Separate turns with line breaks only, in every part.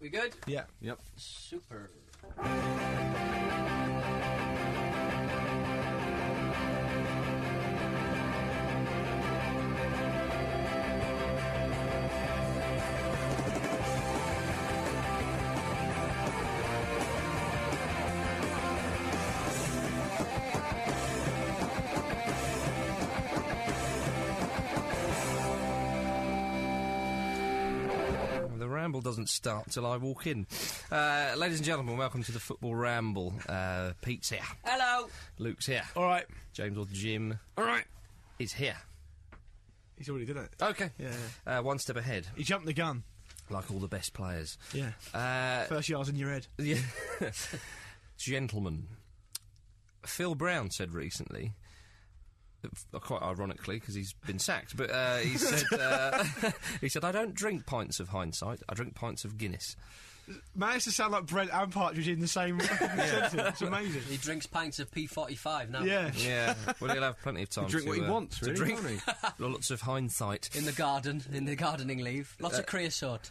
We good?
Yeah. Yep.
Super.
The ramble doesn't start till I walk in. Uh, ladies and gentlemen, welcome to the football ramble. Uh, Pete's here.
Hello.
Luke's here.
All right.
James or Jim
All right.
is here.
He's already done it.
Okay.
Yeah.
Uh, one step ahead,
He jumped the gun.
like all the best players.
Yeah.
Uh,
First yards in your head.
yeah. Gentlemen, Phil Brown said recently. uh, Quite ironically, because he's been sacked, but uh, he said uh, he said I don't drink pints of hindsight. I drink pints of Guinness.
Managed to sound like bread and partridge in the same sentence. It's amazing.
He drinks pints of P45 now.
Yeah.
Yeah, well, he'll have plenty of time.
drink
to,
what he
uh,
wants,
to
really,
drink.
can't
Lots of hindsight.
In the garden, in the gardening leave. Lots
Uh,
of creosote.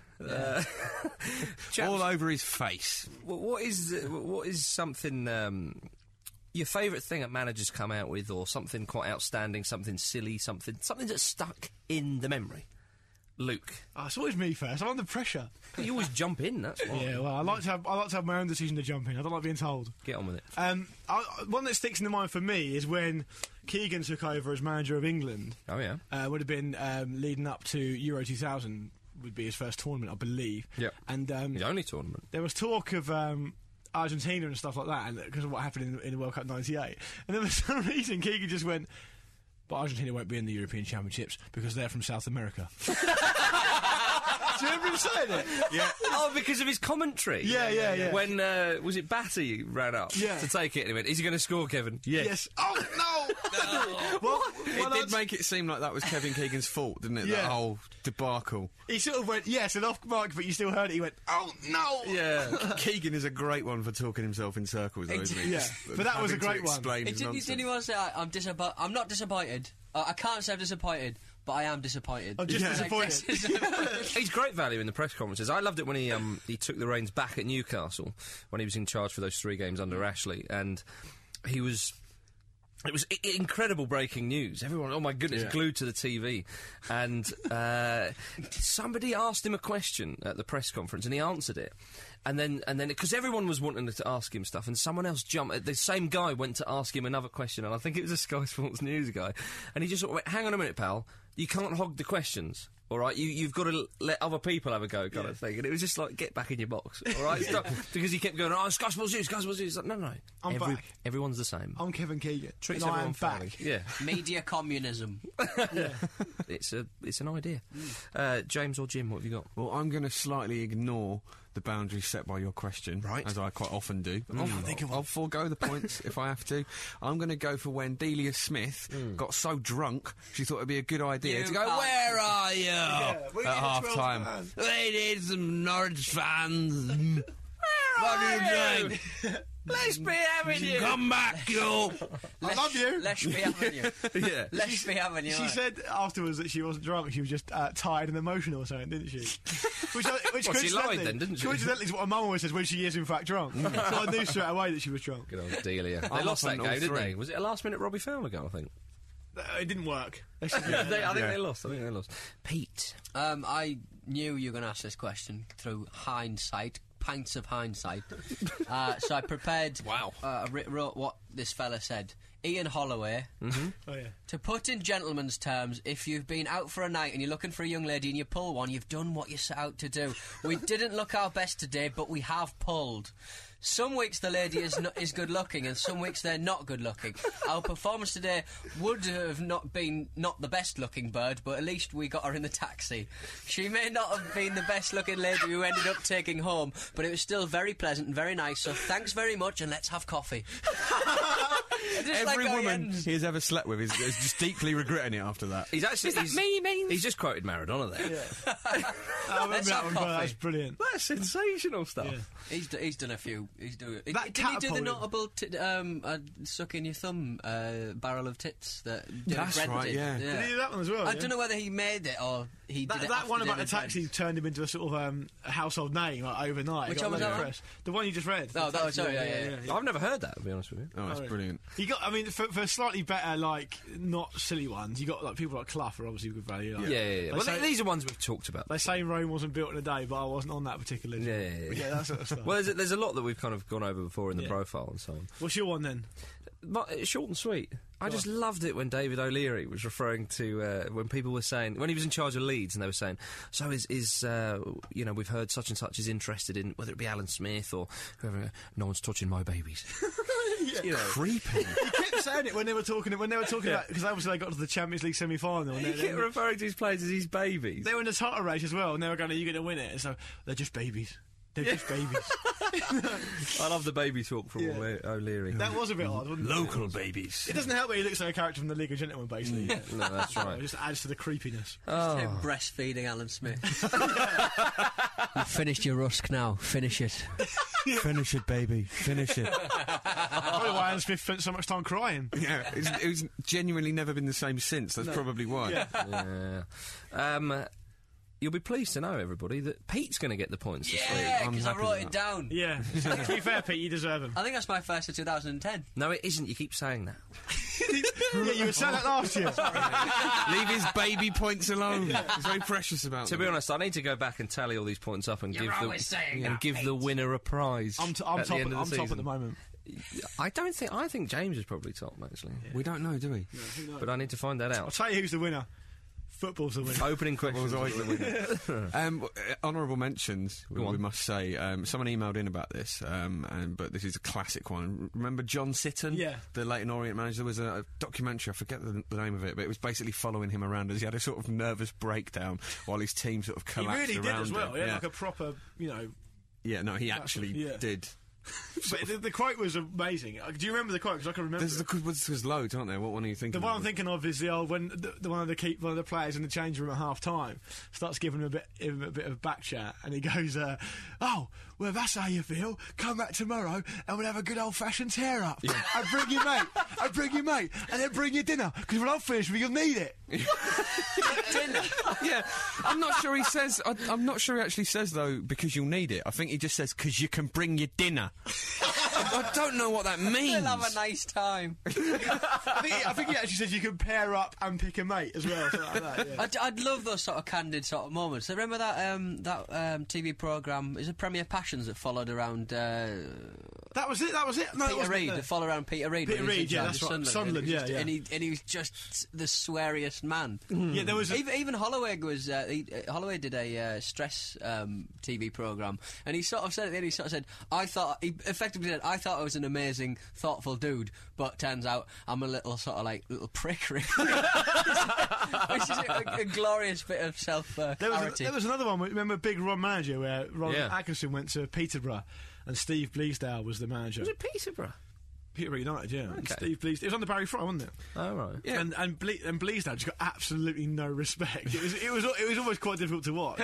Chaps,
All over his face.
wh- what is uh, what is something um, your favourite thing that managers come out with, or something quite outstanding, something silly, something something that's stuck in the memory? Luke,
Oh, it's always me first. I'm under pressure.
you always jump in. That's why.
Yeah. Well, I like to have I like to have my own decision to jump in. I don't like being told.
Get on with it.
Um, I, I- one that sticks in the mind for me is when Keegan took over as manager of England.
Oh yeah.
Uh, would have been um, leading up to Euro 2000. Would be his first tournament, I believe.
Yep.
And um,
The only tournament.
there was talk of um, Argentina and stuff like that, and because of what happened in, in the World Cup '98, and then for some reason Keegan just went. But Argentina won't be in the European Championships because they're from South America. Do you remember him saying it?
Oh, because of his commentary.
Yeah, yeah, yeah.
When uh, was it? Batty ran up
Yeah.
to take it in a minute. Is he going to score, Kevin?
Yes. Oh no! well, well,
It did
that's-
make it seem like that was Kevin Keegan's fault, didn't it?
Yeah.
That whole debacle.
He sort of went yes and off mark, but you still heard it. He went oh no!
Yeah.
Keegan is a great one for talking himself in circles, though, isn't he?
Yeah,
Just
but that was a
having to
great one.
explain
It
his
didn't,
nonsense.
didn't he want to say, I, I'm, disappointed. I'm not disappointed. Uh, I can't say I'm disappointed, but I am disappointed.
I'm just
Like,
disappointed.
this is-
He's great value in the press conferences. I loved it when he um, he took the reins back at Newcastle when he was in charge for those three games under Ashley, and he was. It was i- incredible breaking news. Everyone, oh my goodness, glued to the TV. And uh, somebody asked him a question at the press conference, and he answered it. And then, and then, because everyone was wanting to ask him stuff, and someone else jumped. The same guy went to ask him another question, and I think it was a Sky Sports News guy. And he just sort of went, "Hang on a minute, pal. You can't hog the questions." All right, you, you've got to l- let other people have a go, kind of thing. And it was just like, get back in your box, all right? Stop. Because he kept going, oh, Sky Sports News, Sky Sports News. Like, no, no,
I'm back.
everyone's the same.
I'm Kevin Keegan.
Treats
and I
everyone
am
fairly.
back.
Yeah,
Media communism.
it's a it's an idea. Uh, James or Jim, what have you got?
Well, I'm going to slightly ignore the boundaries set by your question,
Right.
as I quite often do.
Mm.
I'll,
Oh,
I'll, forego the points if I have to. I'm going to go for when Delia Smith
Mm.
got so drunk she thought it'd be a good idea
You
to go,
are-
"Where are you?"
we need
at
a
half
12th
time,
man.
they need some Norwich fans. Mm. what are you doing?
Let's be having you.
Come back, you.
I
love you.
Let's be having you.
yeah.
Let's be having you.
She
right.
said afterwards that she wasn't drunk; she was just uh, tired and emotional or something, didn't she? Which, I- which
Well, she lied
coincidentally-
then, didn't she?
Coincidentally, is what my mum always says when she is in fact drunk. so I knew straight away that she was drunk.
Good old Delia. They
I'm
lost
up
that
on all
game, didn't
three.
they? Was it a last minute Robbie Fowler goal? I think.
Uh, It didn't work.
They- I think
Yeah.
they lost. I think they lost. Pete.
Um, I knew you were going to ask this question through hindsight, pints of hindsight. uh, so I prepared.
Wow.
Uh, I writ- wrote what this fella said Ian Holloway.
Oh yeah.
To put in gentleman's terms, if you've been out for a night and you're looking for a young lady and you pull one, you've done what you set out to do. We didn't look our best today, but we have pulled. Some weeks the lady is no, is good looking, and some weeks they're not good looking. Our performance today would have not been not the best looking bird, but at least we got her in the taxi. She may not have been the best looking lady who ended up taking home, but it was still very pleasant and very nice. So thanks very much, and let's have coffee. Just like
Every
how he
woman
ends.
he has ever slept with is, is just deeply regretting it after that.
He's actually.
that
he's,
me, me?
He's just quoted Maradona there.
I remember
Let's
that
have
one, but
coffee.
That's brilliant.
That's sensational stuff.
He's, d- he's done a few. He's doing. Did
That
he do the
catapulted-
notable t- um, uh, sucking your thumb uh, barrel of tits that? David
That's
Brent
right,
did?
yeah.
Did he do that one as well?
I
yeah?
don't know whether he made it or he
That,
did it
that
after
one about the
David Brent.
taxi turned him into a sort of um, a household name like, overnight.
Which
Got
one was
a lot
that
of
one?
press. The one you just read.
Oh,
The
that was-
taxi,
oh, yeah, yeah, yeah.
I've never heard that. To be honest with you.
Oh, that's brilliant.
You got, I mean, for, for slightly better, like not silly ones, you got like people like Clough are obviously good value. Like,
Yeah, yeah, yeah.
They,
Well,
say,
th- these are ones we've talked about.
they say Rome wasn't built in a day, but I wasn't on that particular. list.
Yeah, yeah, yeah.
yeah, that sort of stuff.
Well, there's a, there's a lot that we've kind of gone over before in the
Yeah.
profile and so on.
What's your one then?
But it's uh, short and sweet. I just loved it when David O'Leary was referring to uh, when people were saying when he was in charge of Leeds and they were saying, "So is is uh, you know we've heard such and such is interested in whether it be Alan Smith or whoever. No one's touching my babies." You know,
Creepy.
kept saying it when they were talking. When they were talking about because obviously they got to the Champions League semi-final. And
he
they,
kept
they,
referring to his players as his babies.
they were in the title race as well, and they were going, "Are you going to win it?" And so they're just babies. They're just babies.
I love the baby talk from
Yeah.
O'Le- O'Leary.
That was a bit odd, wasn't it?
Local babies.
It doesn't help that he looks like a character from the League of Gentlemen, basically.
no, that's
It
right.
just adds to the creepiness.
Oh.
Him breastfeeding Alan Smith. You've finished your rusk now. Finish it.
Finish it, baby. Finish it.
Probably why Alan Smith spent so much time crying.
yeah, it's, it's genuinely never been the same since. That's probably why.
yeah. Um, you'll be pleased to know, everybody, that Pete's going to get the points this week.
Yeah,
I'm
because I
happy
wrote
with
it
that.
down.
Yeah. to be fair, Pete, you deserve him.
I think that's my first of 2010.
No, it isn't. You keep saying that.
yeah, you were saying that last year.
Leave his baby points alone. He's very precious about
To
them.
be honest, I need to go back and tally all these points up and give
always
the
saying
and
that,
give the
mate.
winner a prize.
I'm, t- I'm,
at
top,
the end
at,
of
I'm
the
top at
season.
the moment.
I don't think. I think James is probably top actually,
We don't know, do we?
but I need to find that
I'll
out.
tell you who's the winner. Football's the winner.
Opening questions.
Um, w- uh, honourable mentions. We,
Go on.
we must say um, someone emailed in about this, um, and, but this is a classic one. Remember John Sitton,
Yeah.
the Leighton Orient manager. There was a, a documentary. I forget the, the name of it, but it was basically following him around as he had a sort of nervous breakdown while his team sort of
He
collapsed
really did
around
as well.
him.
Yeah, like a proper, you know.
Yeah, no, he actually
yeah.
did.
But the, the quote was amazing. Uh, Do you remember the quote? Because I can remember.
There's,
it.
the, there's, there's loads, aren't there? What one are you
The
thinking?
one
of?
I'm thinking of is the old when the, the one of the keep one of the players in the change room at half time starts giving him a bit him a bit of back chat and he goes, uh, "Oh, well that's how you feel. Come back tomorrow and we'll have a good old fashioned tear up. I bring you mate, I bring you mate, and then bring your dinner because when I'm finished, with you, you'll need it.
yeah, I'm not sure he says. I, I'm not sure he actually says though because you'll need it. I think he just says because you can bring your dinner. I, I don't know what that means.
We'll have a nice time.
I think, I think he actually says you can pair up and pick a mate as well. something like that, yeah.
I'd, I'd love those sort of candid sort of moments. I remember that um, that um, TV program is it Premier Passions that followed around uh,
That was it. That was it. No, it
Peter
wasn't,
Reid,
no.
that followed around Peter Reid.
Peter
when he was in
Reid, yeah,
charge
that's
of
right. Sunderland,
and he was
yeah,
just-
yeah.
And he, and he was just the sweariest man.
Yeah, there was. A,
Even, even Holloway was uh, he, uh, Holloway did a uh, stress um, TV program, and he sort of said at the end, he sort of said, "I thought he effectively said I thought I was an amazing, thoughtful dude, but turns out I'm a little sort of like little prick, really." which is a, a glorious bit of self uh,
There was,
clarity.
there was another one. Remember Big Ron Manager, where Ron
Yeah.
Atkinson went to Peterborough, and Steve Bleasdale was the manager.
Was it Peterborough?
Peterborough United, yeah. And
Okay.
Steve Bleasdale. It was under Barry Fry, wasn't it?
Oh right.
And and, Ble- and Bleasdale just got absolutely no respect. It was it was it was almost quite difficult to watch.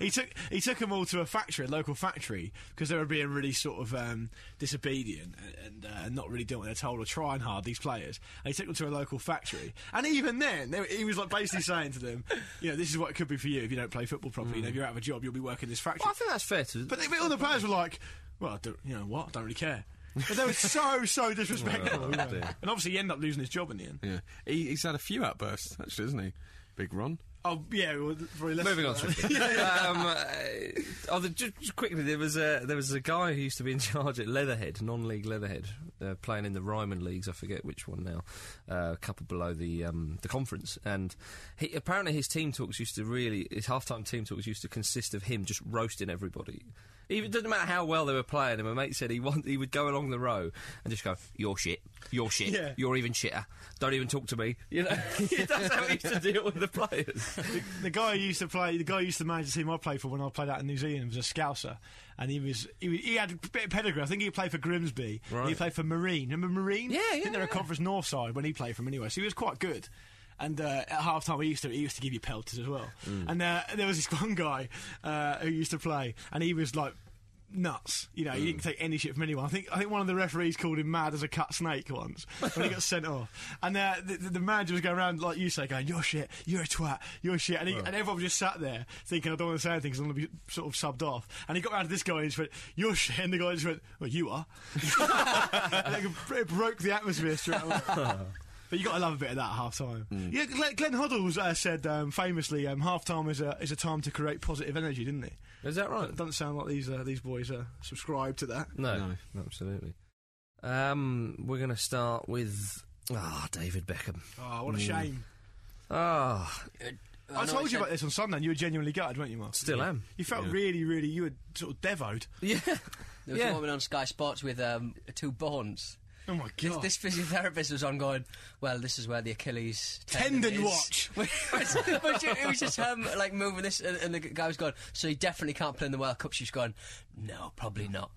He took he took them all to a factory, a local factory, because they were being really sort of um, disobedient and, and uh, not really doing what they're told or trying hard. These players. And he took them to a local factory, and even then, they, were- he was like basically saying to them, you know, this is what it could be for you if you don't play football properly. You know, if you're out of a job, you'll be working this factory.
Well, I think that's fair to.
But they, all the players were like, well, I don't, you know what? I don't really care. But they were so, so disrespectful. you know.
dear.
And obviously, he ended up losing his job in the end.
Yeah, he, he's had a few outbursts actually, hasn't he? Big Ron.
Oh, yeah. Well, probably less
Moving on.
than that.
swiftly. um, uh, oh, the, just, just quickly, there was a there was a guy who used to be in charge at Leatherhead, non-league Leatherhead, uh, playing in the Ryman leagues. I forget which one now, uh, a couple below the um, the conference. And he apparently his team talks used to really his halftime team talks used to consist of him just roasting everybody. Even it doesn't matter how well they were playing. And my mate said he want, he would go along the row and just go, "You're shit, you're shit,
Yeah.
you're even shitter. Don't even talk to me." You know, that's how he used to deal with the players.
the, the guy who used to play, the guy who used to manage the team I played for when I played out in New Zealand was a scouser, and he was he, was- he had a bit of pedigree. I think he played for Grimsby. and He
Right.
played for Marine. Remember Marine?
Yeah,
I
yeah,
think they're a
yeah.
Conference North side when he played for them anyway, so he was quite good. And uh, at half time, he used to he used to give you pelters as well. And uh, there was this one guy uh, who used to play, and he was like. Nuts, you know. He didn't take any shit from anyone. I think I think one of the referees called him mad as a cut snake once when he got sent off. And uh, the, the, the manager was going around like you say, going, "You're shit, you're a twat, you're shit," and, he, and everyone just sat there thinking, "I don't want to say anything because I'm going to be sort of subbed off." And he got round to this guy and he just went, "You're shit," and the guy just went, "Well, you are." And it bro- it broke the atmosphere straight away. But you got to love a bit of that at half time. Yeah, Glenn, Glenn Hoddles uh, said um, famously, um, half time is a is a time to create positive energy, didn't he?
Is that right?
Doesn't sound like these uh, these boys uh, subscribe to that.
No, absolutely. Um, we're going to start with ah David Beckham.
Oh, what a shame!
Ah,
know
I, told you
said-
about this on Sunday. and You were genuinely gutted, weren't you, Mark?
Still
You-
am.
You felt really, really, you were sort of devoed.
yeah,
There was
Yeah.
a woman on Sky Sports with um, two bones.
Oh my
This,
god!
this physiotherapist was on going, well, this is where the Achilles tendon,
Tendon
is."
watch.
Which- which- which it was just him like moving this, and, and the guy was going, so he definitely can't play in the World Cup. She's going, no, probably not.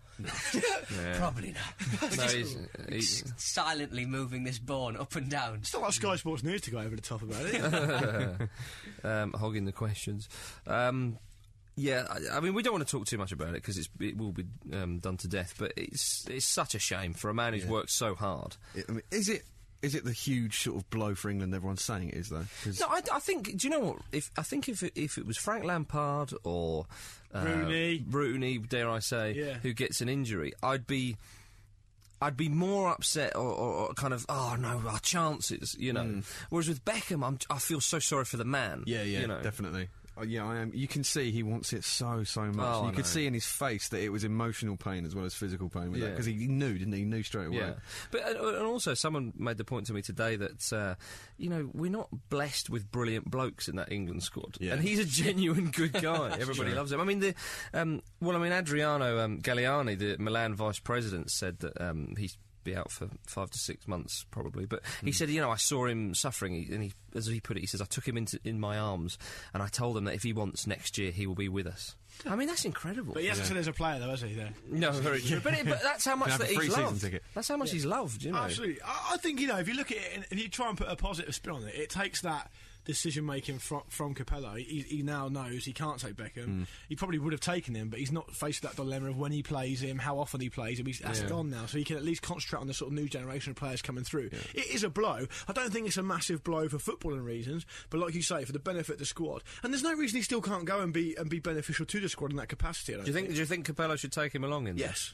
Probably not.
no, he's,
uh,
he's,
S- Silently moving this bone up and down.
it's not like Sky Sports News to go over the top about it.
um, hogging the questions. Um, yeah, I, I mean, we don't want to talk too much about it because it will be um, done to death. But it's it's such a shame for a man who's worked so hard.
I mean, is it is it the huge sort of blow for England everyone's saying it is though? 'Cause-
No, I, I think. Do you know what? If I think if it, if it was Frank Lampard or uh,
Rooney.
Rooney, dare I say,
Yeah.
who gets an injury, I'd be. I'd be more upset or, or, or kind of, oh no, our chances, you know. Whereas with Beckham, I'm, I feel so sorry for the man.
Mm. Yeah, yeah,
you know.
definitely. Oh, yeah, I am. You can see he wants it so, so much.
Oh,
you
I
could
know.
see in his face that it was emotional pain as well as physical pain with
Yeah.
because he knew, didn't he? He knew straight away.
Yeah, but and and also someone made the point to me today that uh, you know we're not blessed with brilliant blokes in that England squad,
Yeah.
and he's a genuine good guy. Everybody loves him. I mean, the um, well, I mean Adriano um, Galliani, the Milan vice president, said that um, he's be out for five to six months probably but he said you know i saw him suffering he- and he as he put it he says i took him into in my arms and i told him that if he wants next year he will be with us i mean that's incredible
But he hasn't said there's a player though, has he? There.
no very true but, it, but that's how much
have
that
a free
he's
season
loved
ticket.
that's how much he's loved you know
Absolutely. I, I think, you know, if you look at it and, and you try and put a positive spin on it, it takes that decision making from, from Capello. He, he now knows he can't take Beckham. He probably would have taken him, but he's not faced that dilemma of when he plays him, how often he plays him. He's, that's gone now. So he can at least concentrate on the sort of new generation of players coming through. It is a blow. I don't think it's a massive blow for footballing reasons, but like you say, for the benefit of the squad. And there's no reason he still can't go and be and be beneficial to the squad in that capacity. I don't
Do you think? Do you think Capello should take him along in? that?
Yes.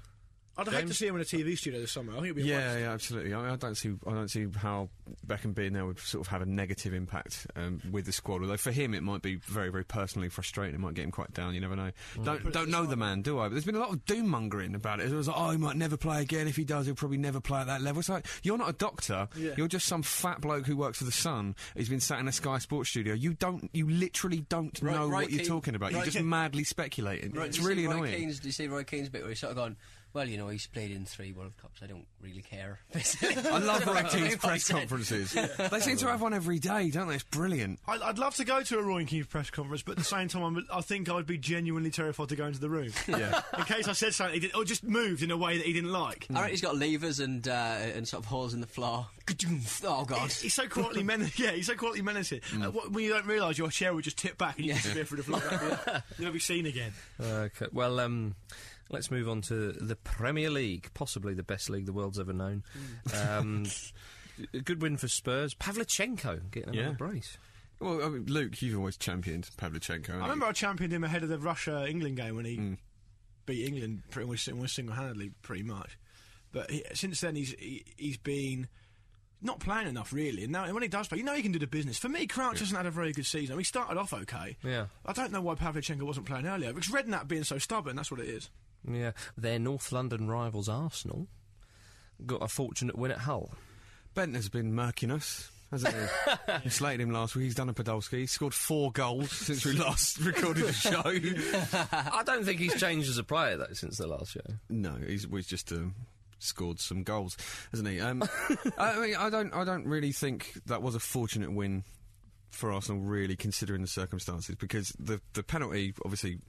I'd hate to see him in a TV studio this summer. I think it'd be a
Yeah, yeah, absolutely. I, mean, I don't see, I don't see how Beckham being there would sort of have a negative impact um, with the squad. Although for him, it might be very, very personally frustrating. It might get him quite down. You never know.
Mm.
Don't don't know the man, do I? But there's been a lot of doom mongering about it. It was like, oh, he might never play again. If he does, he'll probably never play at that level. It's like you're not a doctor.
Yeah.
You're just some fat bloke who works for the Sun. Who's been sat in a Sky Sports studio. You don't, you literally don't
Roy-
know
Roy
what you're
Keane-
talking about.
Roy
you're just
Keane-
madly speculating.
Right,
it's
do you
really
see Roy
annoying.
Keane's, do you see Roy Keane's bit where he's sort of gone, well, you know, he's played in three World Cups. I don't really care. basically.
I
That's
love Roy
what
Keane's
he
press
said.
conferences. They seem to have one every day, don't they? It's brilliant.
I'd, I'd love to go to a Roy Keane press conference, but at the same time, I'm, I think I'd be genuinely terrified to go into the room.
Yeah.
in case I said something, he did, or just moved in a way that he didn't like.
I reckon he's got levers and uh, and sort of holes in the floor. Ka-doomf. Oh god!
He's so quietly men- yeah, he's so quietly menacing. Uh, what, when you don't realise your chair will just tip back and you disappear through the floor. You'll never be seen again.
Okay. Well, um, let's move on to the Premier League, possibly the best league the world's ever known. Um, a good win for Spurs. Pavlichenko getting another
Yeah.
brace.
Well, I mean, Luke, you've always championed Pavlichenko. haven't
I
you?
remember I championed him ahead of the Russia England game when he
Mm.
beat England pretty much almost single handedly, pretty much. But he, since then, he's he, he's been not playing enough really. And now when he does play, you know he can do the business. For me, Crouch hasn't had a very good season. I mean, he started off okay.
Yeah.
I don't know why Pavlichenko wasn't playing earlier because Redknapp being so stubborn, that's what it is.
Yeah. Their North London rivals, Arsenal. got a fortunate win at Hull.
Bent has been murking us. Hasn't he? we slated him last week. He's done a Podolski. He's scored four goals since we last recorded the show.
I don't think he's changed as a player though since the last show.
no, he's we've just um, scored some goals, hasn't he? Um, I mean, I don't, I don't really think that was a fortunate win for Arsenal, really, considering the circumstances, because the the penalty, obviously,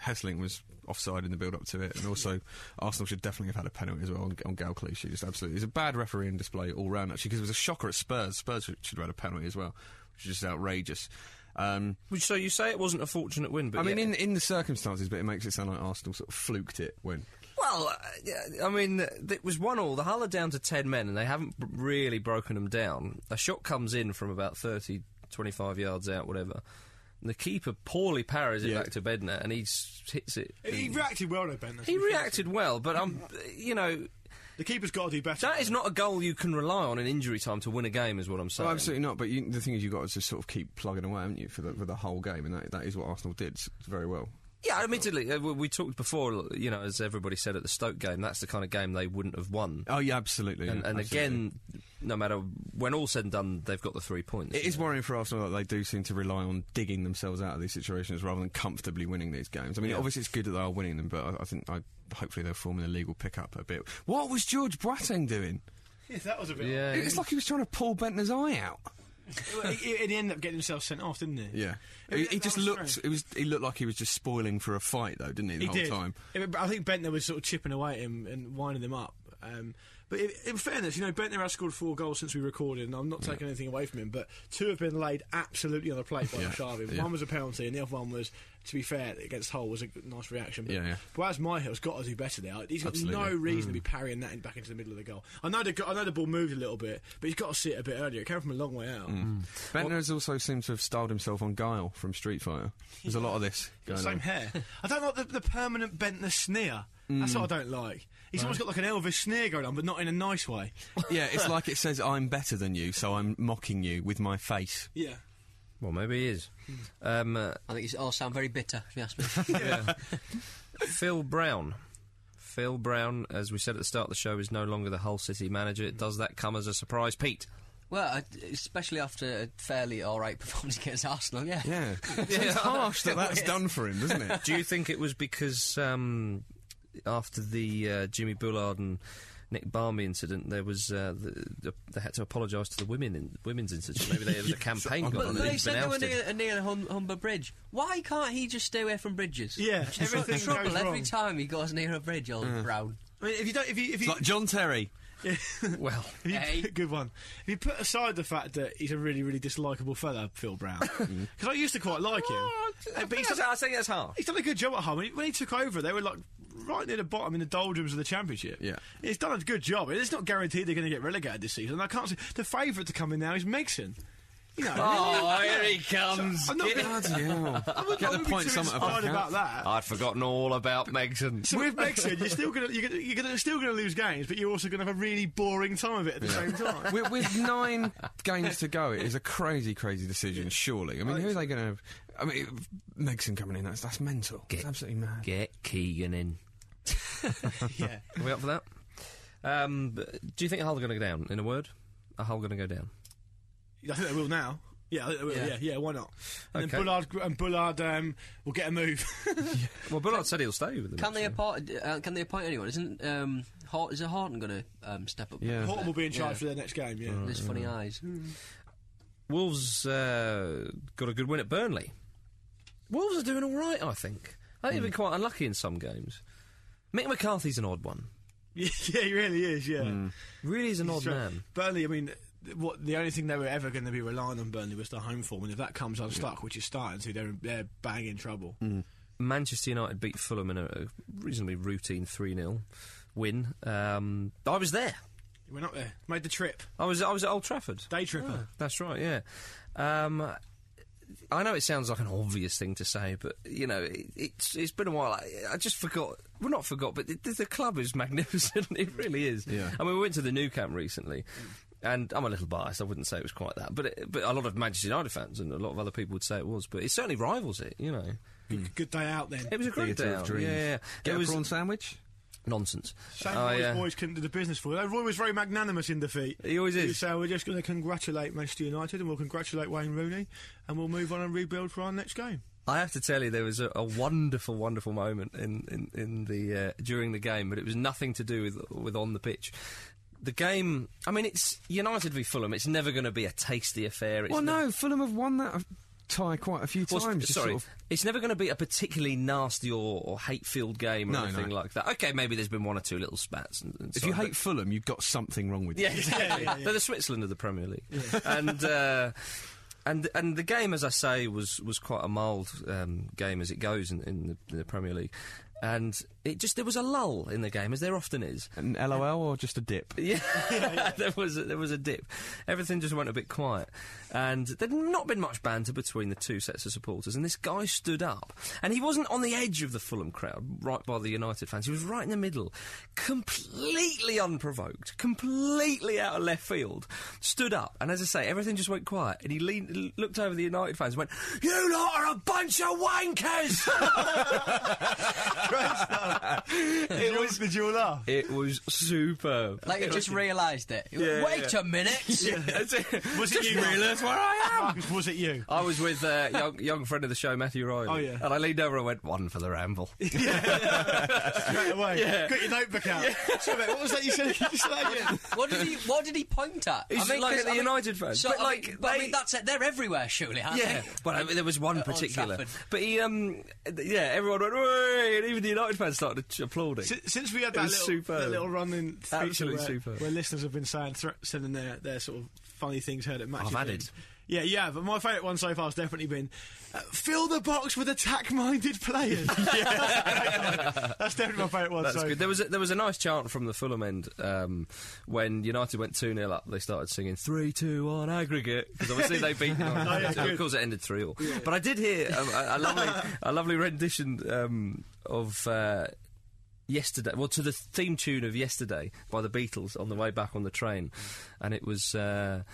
Hessling was offside in the build up to it, and also Arsenal should definitely have had a penalty as well on, on Gal Clichy. Just absolutely, it's a bad refereeing display all round actually, because it was a shocker at Spurs. Spurs should should have had a penalty as well, which is just outrageous. Um,
Which so you say it wasn't a fortunate win, but
I mean,
yeah.
in in the circumstances, but it makes it sound like Arsenal sort of fluked it when
Well, uh, yeah, I mean, uh, it was one all. The Hull are down to 10 men, and they haven't b- really broken them down. A shot comes in from about 30, 25 yards out, whatever. And the keeper poorly parries it
Yeah.
back to Bednar, and he s- hits it.
He reacted well though, Ben. that's
He
the thing.
reacted well, but I'm, you know,
The keeper's got to do better.
that is not a goal you can rely on in injury time to win a game, is what I'm saying.
Well, Oh, absolutely not. But you, the thing is, you've got to just sort of keep plugging away, haven't you, for the, for the whole game, and that, that is what Arsenal did s- very well.
Yeah, admittedly, uh, we we talked before, you know, as everybody said at the Stoke game, that's the kind of game they wouldn't have won.
Oh yeah, absolutely.
And, and again, no matter when all said and done, they've got the three points.
It is worrying for Arsenal that they do seem to rely on digging themselves out of these situations rather than comfortably winning these games. I mean, obviously it's good that they are winning them, but I, I think I, hopefully they're forming a legal pickup a bit. What was George Boateng doing?
Yeah, that was a bit.
Yeah,
It's like he was trying to pull Bentner's eye out.
Well, he, he ended up getting himself sent off, didn't he?
Yeah,
Yeah,
he,
that-
he
that
just
was
looked.
strange.
It was. He looked like he was just spoiling for a fight, though, didn't he? The
He
whole
did.
time.
Yeah, but I think Bentner was sort of chipping away at him and winding him up. Um, but in, in fairness, you know, Bentner has scored four goals since we recorded, and I'm not taking anything away from him. But two have been laid absolutely on the plate by
Yeah,
Shavi.
yeah.
One was a penalty, and the other one was, to be fair, against Hull was a g- nice reaction. But,
Yeah, yeah.
but as Myhill's got to do better there. He's got
Absolutely. Mm.
no reason to be parrying that in back into the middle of the goal. I know the go- I know the ball moved a little bit, but he's got to see it a bit earlier. It came from a long way out.
Mm. Bentner has also seemed to have styled himself on Guile from Street Fighter. There's a lot of this
Got
going
the same
on.
hair. I don't like the, the permanent bentness sneer. That's what I don't like. He's always got like an Elvis sneer going on, but not in a nice way.
yeah, it's like it says, I'm better than you, so I'm mocking you with my face.
Yeah.
Well, maybe he is. Um, uh,
I think it's all sound very bitter, if you ask me.
Phil Brown. Phil Brown, as we said at the start of the show, is no longer the Hull City manager. Does that come as a surprise, Pete?
well, I- especially after a fairly all right performance against Arsenal, yeah.
Yeah. it's harsh that that's done for him, doesn't it?
Do you think it was because um, after the uh, Jimmy Bullard and Nick Barmy incident, there was uh, the, the, they had to apologise to the women in women's incident? Maybe there was a campaign going on.
But
and
they
he's
said
been
they were
ousted.
near, near Hum- Humber Bridge. Why can't he just stay away from bridges?
Yeah,
It's just
everything
trouble
goes
every
wrong.
time he goes near a bridge, old Brown.
I mean, if you don't, if you, if
It's
you,
like John Terry.
Well,
if you
Hey.
good one. If you put aside the fact that he's a really, really dislikable fella, Phil Brown, because I used to quite like him, Uh, but he's done,
I think that's hard.
he's done a good job at home. When he, when he took over, they were like right near the bottom in the doldrums of the championship.
Yeah.
he's done a good job. It's not guaranteed they're going to get relegated this season. And I can't see the favourite to come in now is Megson. You know,
Oh, here he comes.
I'm not gonna-
Bloody hell. Get
I
the
wouldn't be
point
too
something
inspired about that.
I'd forgotten all about Megson.
So with Brexit, you're still gonna you're, gonna you're gonna still gonna lose games, but you're also gonna have a really boring time of it at the same time.
with, with nine games to go, it is a crazy, crazy decision, surely. I mean, who are they going to. I mean, Megson coming in, that's, that's mental. It's absolutely mad.
Get Keegan in.
yeah,
Are we up for that? Um, b- do you think Hull are going to go down? In a word, are Hull going to go down?
I think they will now. Yeah, I think they will.
Yeah.
Yeah, yeah, why not? And
Okay.
then Bullard and Bullard um, will get a move.
Well, Bullard said he'll stay with them.
Can they appoint? Uh, can they appoint anyone? Isn't um, Hort, is it Horton going to um, step up?
Yeah. Mm.
Horton will be in charge for their next game. Yeah,
There's funny eyes.
Wolves uh, got a good win at Burnley. Wolves are doing all right, I think. I think they've been quite unlucky in some games. Mick McCarthy's an odd one.
yeah, he really is. Yeah,
Mm.
Really is an odd
Sure.
man.
Burnley. I mean. th- What the only thing they were ever going to be relying on Burnley was their home form, and if that comes unstuck, which is starting to, they're they're bang in trouble.
Mm. Manchester United beat Fulham in a, a reasonably routine 3 0 win. Um, I was there.
Went up there, made the trip,
I was I was at Old Trafford.
day tripper.
That's right, yeah. Um, I know it sounds like an obvious thing to say, but you know, it, it's it's been a while. I, I just forgot. Well, not forgot, but the, the club is magnificent. It really is.
Yeah.
I mean, we went to the new camp recently. And I'm a little biased. I wouldn't say it was quite that, but it, but a lot of Manchester United fans and a lot of other people would say it was. But it certainly rivals it. You know, Mm.
Good, good day out then.
it was a great
Theatre
day.
of
out.
dreams.
Yeah, yeah.
Get
it
a
was.
prawn sandwich?
nonsense.
Shame
I,
Roy's
uh,
boys couldn't do the business for you. Roy was very magnanimous in defeat.
He always is.
So we're just going to congratulate Manchester United and we'll congratulate Wayne Rooney and we'll move on and rebuild for our next game.
I have to tell you, there was a, a wonderful, wonderful moment in in, in the uh, during the game, but it was nothing to do with with on the pitch. The game, I mean, it's United v Fulham. It's never going to be a tasty affair. It's
Well,
never-
no, Fulham have won that tie quite a few
Well,
times.
s-
just
sorry,
sort of-
it's never going to be a particularly nasty or, or hate-filled game or
No,
anything
no.
like that. Okay, maybe there's been one or two little spats. And, and
if
so
you
on,
hate
but-
Fulham, you've got something wrong with you.
yeah, exactly. They're the Switzerland of the Premier League, and. Uh, and and the game, as I say, was was quite a mild um, game as it goes in, in, the, in the Premier League, and it just there was a lull in the game as there often is.
An LOL or just a dip?
Yeah, there was a, there was a dip. Everything just went a bit quiet, and there'd not been much banter between the two sets of supporters. And this guy stood up, and he wasn't on the edge of the Fulham crowd, right by the United fans. He was right in the middle, completely unprovoked, completely out of left field. Stood up, and as I say, everything just went quiet. And he leaned, l- looked over the United fans, and went, "You lot are a bunch of wankers."
Did you, did you all laugh?
it was superb.
Like, you just realised it. Wait a minute!
That's it.
Was it
Just
you, Mark?
realise where I am.
Marcus, was it you?
I was with uh, young, young friend of the show, Matthew Riley.
Oh, yeah.
And I leaned over and went, one for the ramble.
Straight away. Got your notebook out. Sorry, mate, what was that you said? Can you say that again?
What did he? What did he point at?
He's like
'cause,
at the United fans,
So,
but
I
like,
mean, but I
they-
mean, that's it. They're everywhere, surely, aren't
Yeah,
they?
but I mean, there was one
Oh,
At Old
particular.
Trafford.
But he, um, th- yeah, everyone went, Way! and even the United fans started ch- applauding.
Si- Since we had
It
that
was
little,
superb.
that little run in feature
Absolutely
where,
superb.
where listeners have been saying thre- sending their, their sort of funny things heard at matches.
I've added.
Yeah, yeah, but my favourite one so far has definitely been uh, fill the box with attack-minded players. that's definitely my favourite one.
That's
so
good. There was a, there was a nice chant from the Fulham end um, when United went two 0 up. They started singing three two one aggregate because obviously they beat. United.
Oh,
So of course, it ended three all. But I did hear um, a, a lovely a lovely rendition um, of. Uh, Yesterday, well, to the theme tune of Yesterday by the Beatles on the way back on the train, and it was uh,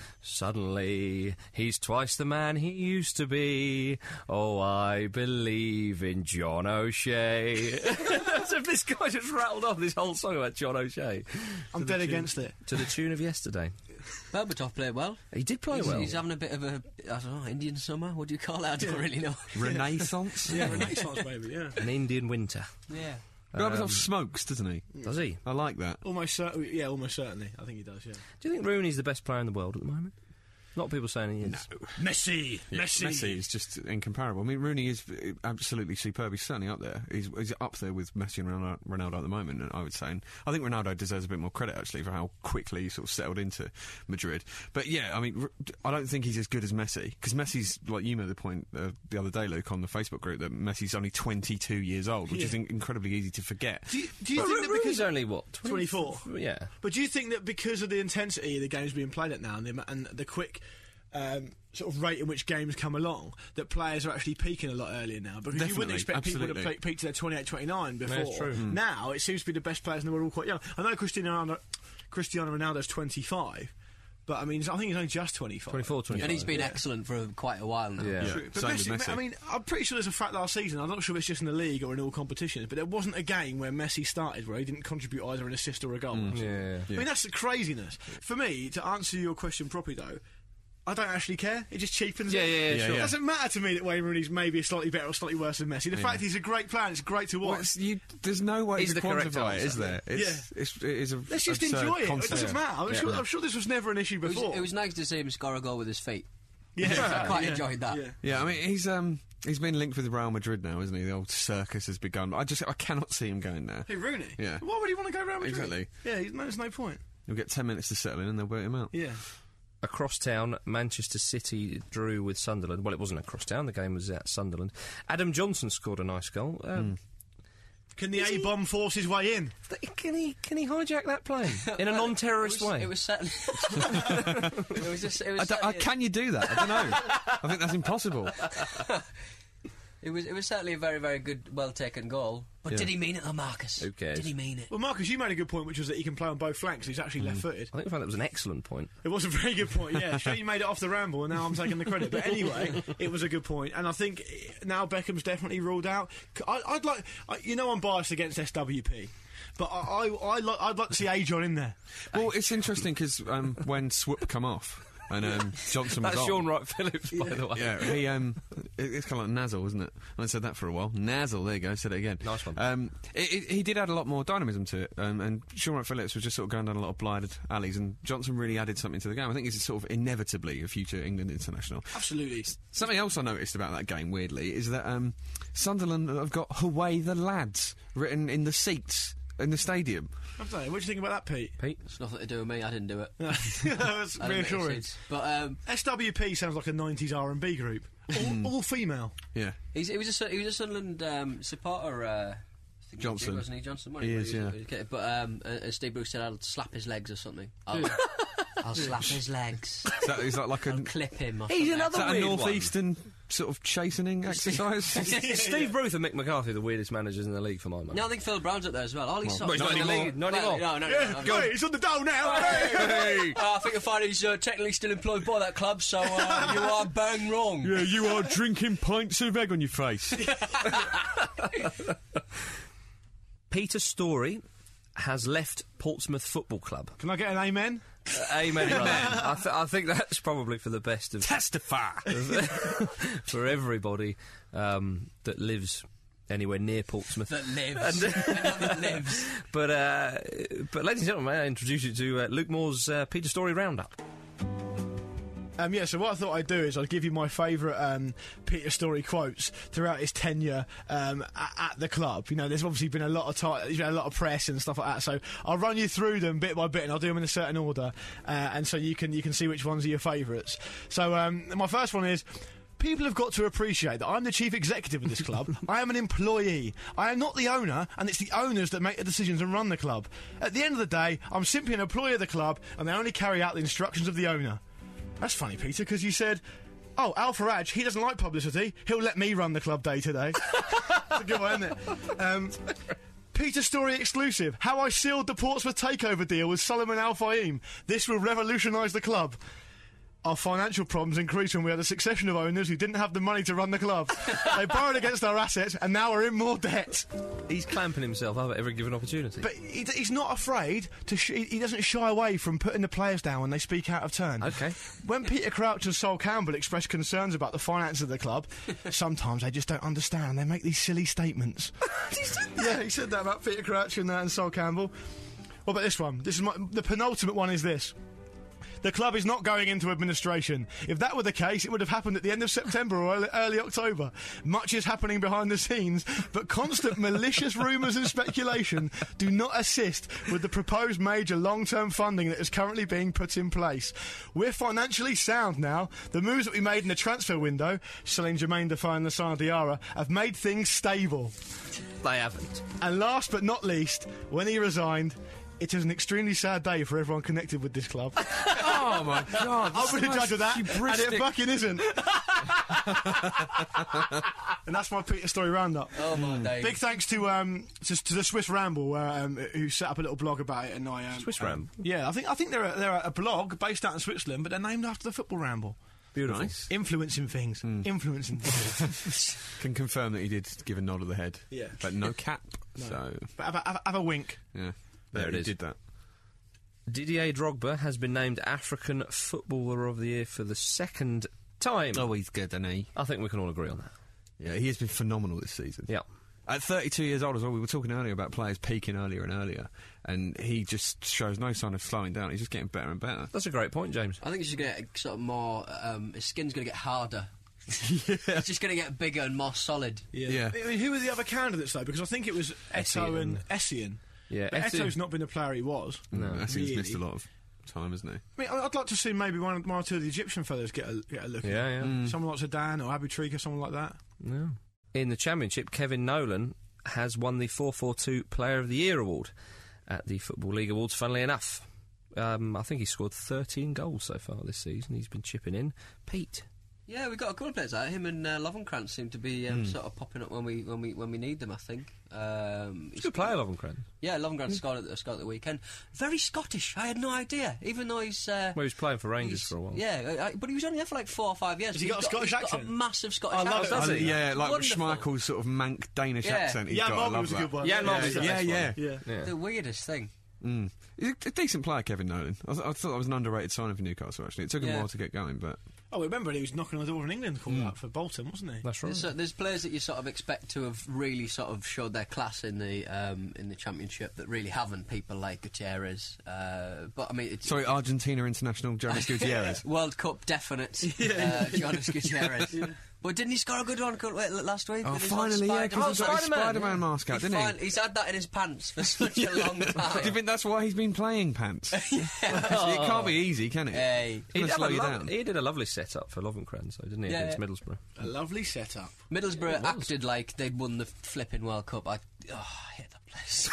suddenly he's twice the man he used to be. Oh, I believe in John O'Shea. so this guy just rattled off this whole song about John O'Shea
I'm dead against it.
to the tune of Yesterday.
Berbatov played well.
He did play
He's,
well.
he's having a bit of a, I don't know, Indian summer. What do you call that? I don't really know.
Renaissance?
Yeah, Renaissance, baby. Yeah,
An Indian winter,
Yeah.
Berbatov smokes, doesn't he?
does he?
I like that.
almost. Cer- yeah, almost certainly. I think he does. Yeah.
Do you think Rooney's the best player in the world at the moment? A lot of people saying he is.
Messi, Messi.
Messi is just incomparable. I mean, Rooney is uh, absolutely superb. He's certainly up there. He's, he's up there with Messi and Ronaldo, Ronaldo at the moment, and I would say. And I think Ronaldo deserves a bit more credit, actually, for how quickly he sort of settled into Madrid. But yeah, I mean, R- I don't think he's as good as Messi, because Messi's, like you made the point uh, the other day, Luke, on the Facebook group, that Messi's only 22 years old, which is in- incredibly easy to forget.
Do you, do you
Well,
think
Ro-
that because
Rooney's only what
24?
Yeah.
But do you think that because of the intensity of the games being played at now and the, ama- and the quick um, sort of rate in which games come along, that players are actually peaking a lot earlier now? Because you wouldn't
Definitely, Hmm.
expect people to
absolutely.
pe- peak to their 28, 29 before.
that's true.
Now it seems to be the best players in the world all quite young. I know Cristiano Ronaldo, Cristiano Ronaldo's 25, but I mean I think he's only just 25.
24, 25.
And he's been excellent for quite a while now.
Yeah.
Yeah.
But
Same with
Messi,
Messi.
I mean, I'm pretty sure there's a fact last season. I'm not sure if it's just in the league or in all competitions, but there wasn't a game where Messi started where he didn't contribute either an assist or a goal.
Hmm.
Yeah.
I mean, that's the craziness. For me, to answer your question properly, though, I don't actually care. It just cheapens
Yeah,
it.
yeah, yeah, Yeah, sure.
It doesn't matter to me that Wayne Rooney's maybe slightly better or slightly worse than Messi. The fact he's a great player, and it's great to watch.
Well, it's- you- there's no way
Is
to
the correct
quantify it,
answer.
is there? It's, it's, it is a
Let's just
absurd
enjoy it. It
concept.
doesn't matter. I'm,
Yeah.
sure,
Yeah.
I'm sure this was never an issue
It was,
before.
it was nice to see him score a goal with his feet.
yeah.
I quite enjoyed that.
Yeah.
Yeah, I mean he's um he's been linked with Real Madrid now, isn't he? The old circus has begun. I just I cannot see him going there.
Hey, Rooney.
Yeah.
Why would he want to go around Madrid?
Exactly.
Yeah, he's- no, there's no point.
He'll get ten minutes to settle in, and they'll vote him out.
Yeah.
Across town, Manchester City drew with Sunderland. Well, it wasn't across town, the game was at Sunderland. Adam Johnson scored a nice goal.
Hmm.
Um,
Can the A bomb force his way in?
th- Can he can he hijack that plane in a non terrorist
it was,
way?
It was certainly. it was just. It was,
I don't- I-
certainly-
can you do that? I don't know. I think that's impossible.
it was. It was certainly a very, very good, well taken goal. But did he mean it, though, Marcus?
Who cares?
Did he mean it?
Well, Marcus, you made a good point, which was that he can play on both flanks. He's
Mm.
actually left-footed.
I think in fact that was an excellent point.
It was a very good point, yeah. Sure, you made it off the ramble, and now I'm taking the credit. But anyway, it was a good point, and I think eh, now Beckham's definitely ruled out. C- I, would like, I, you know, I'm biased against SWP. But I, I, I like, I'd like to see Ajon in there.
Well, it's interesting because um, when Swoop come off and um, Johnson was
That's
on,
Sean Wright Phillips, by the way.
Yeah, he um, it- it's kind of like Nazzle, isn't it? And I said that for a while. Nazzle, there you go, I said it again.
Nice one.
Um, it, it, he did add a lot more dynamism to it, um, and Sean Wright Phillips was just sort of going down a lot of blighted alleys, and Johnson really added something to the game. I think he's sort of inevitably a future England international.
Absolutely.
Something else I noticed about that game, weirdly, is that um, Sunderland have got "Away the lads" written in the seats in the stadium.
What do you think about that, Pete?
It's nothing to do with me. I didn't do it.
That's
I didn't make a
reassuring.
scene. But um,
SWP sounds like a 90s R&B group. All, all female.
Yeah,
he's, he was a Sun- he was a Sunderland um, supporter. Uh, I think he
Johnson.
did, wasn't he? Johnson,
He
Well, was-
is, yeah.
okay, But um, uh, as Steve Bruce said, I'll slap his legs or something. I'll, I'll slap his legs.
is that, is that like
I'll
a
clip him. Or
He's
something.
is
another
that a
weird one.
northeastern sort of chastening exercise?
Steve Bruce and Mick McCarthy, the weirdest managers in the league for my money.
No, I think Phil Brown's up there as well. All he's
Well,
socks
not
in the
anymore.
league.
Not
Well,
anymore.
No, no, no. no, no.
he's on the dole now.
Uh, I think I find he's uh, technically still employed by that club, so uh, you are bang wrong.
Yeah, you are drinking pints of egg on your face.
Peter Story has left Portsmouth Football Club.
Can I get an amen?
Amen. brother. I, th- I think that's probably for the best of
Testify.
for everybody um, that lives anywhere near Portsmouth.
That lives. Anyone that lives.
But uh, but ladies and gentlemen, may I introduce you to uh, Luke Moore's uh, Peter Story roundup.
Um, yeah, so what I thought I'd do is I'd give you my favourite um, Peter Story quotes throughout his tenure um, at, at the club. You know, there's obviously been a lot of time, there's been a lot of press and stuff like that. So I'll run you through them bit by bit, and I'll do them in a certain order, uh, and so you can you can see which ones are your favourites. So um, my first one is. People have got to appreciate that I'm the chief executive of this club. I am an employee. I am not the owner, and it's the owners that make the decisions and run the club. At the end of the day, I'm simply an employee of the club, and they only carry out the instructions of the owner. That's funny, Peter, because you said, "Oh, Al Farage, he doesn't like publicity. He'll let me run the club day today." That's a good one, isn't it? Um, Peter Story exclusive: How I sealed the Portsmouth takeover deal with Solomon Al Fahim. This will revolutionise the club. Our financial problems increased when we had a succession of owners who didn't have the money to run the club. they borrowed against our assets, and now we're in more debt.
He's clamping himself up at every given opportunity.
But he, he's not afraid to. Sh- he doesn't shy away from putting the players down when they speak out of turn.
Okay.
When Peter Crouch and Sol Campbell express concerns about the finances of the club, sometimes they just don't understand. They make these silly statements. Yeah, he said that about Peter Crouch and, uh, and Sol Campbell. What about this one? This is my, the penultimate one. Is this? The club is not going into administration. If that were the case, it would have happened at the end of September or early, early October. Much is happening behind the scenes, but constant malicious rumours and speculation do not assist with the proposed major long term funding that is currently being put in place. We're financially sound now. The moves that we made in the transfer window, selling Jermaine Defoe and Lassana Diarra, have made things stable.
they haven't.
And last but not least, when he resigned, it was an extremely sad day for everyone connected with this club.
oh my god!
I would have judged with that, and it fucking isn't. and that's my Peter Story roundup.
Oh,
Hmm.
my days.
Big thanks to um to, to the Swiss Ramble, where, um, who set up a little blog about it, and I um,
Swiss Ram.
Yeah, I think I think they're a, they're a blog based out in Switzerland, but they're named after the football ramble.
Beautiful.
Influencing things, influencing things.
Can confirm that he did give a nod of the head.
Yeah.
but no cap. So
but have a, have, a, have a wink.
yeah,
There it
he
is.
Did that?
Didier Drogba has been named African Footballer of the Year for the second time.
he's good, isn't he?
I think we can all agree on that.
Yeah, he has been phenomenal this season.
Yeah.
At 32 years old as well, we were talking earlier about players peaking earlier and earlier, and he just shows no sign of slowing down. He's just getting better and better.
That's a great point, James.
I think it's just going to get sort of more. Um, his skin's going to get harder. It's just going to get bigger and more solid.
Yeah.
I mean, who were the other candidates though? Because I think it was Eto and Essien.
Yeah,
but
Essien-
Eto's not been the player he was.
No, I think Mm, he's
really.
missed a lot of time, hasn't he?
I mean, I- I'd like to see maybe one, one or two of the Egyptian fellas get a, get a look.
Yeah, yeah.
At. Someone like Zidane or Abu Trika, someone like that.
Yeah. In the championship, Kevin Nolan has won the 442 Player of the Year award at the Football League Awards. Funnily enough, um, I think he scored 13 goals so far this season. He's been chipping in. Pete,
Yeah, we've got a couple of players like that. him and uh, Lovenkrantz seem to be
Hmm.
um, sort of popping up when we when we when we need them. I think. Um,
He's a good player, Hmm. Lovencran.
Yeah, Lovengrant scored at the scored at the weekend. Very Scottish. I had no idea. Even though he's uh,
Well, he was playing for Rangers
he's-
for a while.
Yeah, I, I- but he was only there for like four or five years.
Has he
He's
got a Scottish
he's Got a
accent?
massive Scottish
I love
accent.
Does it. he?
Yeah, like with
Wonderful.
Schmeichel's sort of Mank Danish
Yeah.
accent. He's
Jan
got. I
Mulvey
love
was a
that.
good one.
Jan Mulvey's the
Yeah,
best
yeah.
one.
Yeah.
Yeah.
The weirdest thing.
Mm. He's a, a decent player, Kevin Nolan. I, th- I thought that was an underrated signing for Newcastle. Actually, it took him
Yeah.
a while to get going, but
Oh, remember he was knocking on the door of an England call out for Bolton, wasn't he?
Mm. That's right.
Mm.
There's, uh, there's players that you sort of expect to have really sort of showed their class in the um, in the championship that really haven't. People like Gutierrez, uh, but I mean, it's
sorry, Argentina international Jonas Gutierrez.
World Cup definite. uh, Jonas Gutierrez. But didn't he score a good one co- wait, l- last week?
Oh,
With his one
finally, yeah, 'cause
Spider- Oh,
he's got his
Spider-Man.
Spider-Man
Yeah.
mask out,
He
didn't he?
fin- He's had that in his pants for such a long
Do you
time.
think that's why he's been playing pants? it can't be easy, can it?
Hey.
It's gonna
did have
slow
a
you
lo-
down.
he did a lovely setup for Lovencran, so didn't he,
Yeah,
against
yeah.
Middlesbrough?
A lovely setup.
Middlesbrough acted like they'd won the flipping World Cup. I, oh, I hate that place.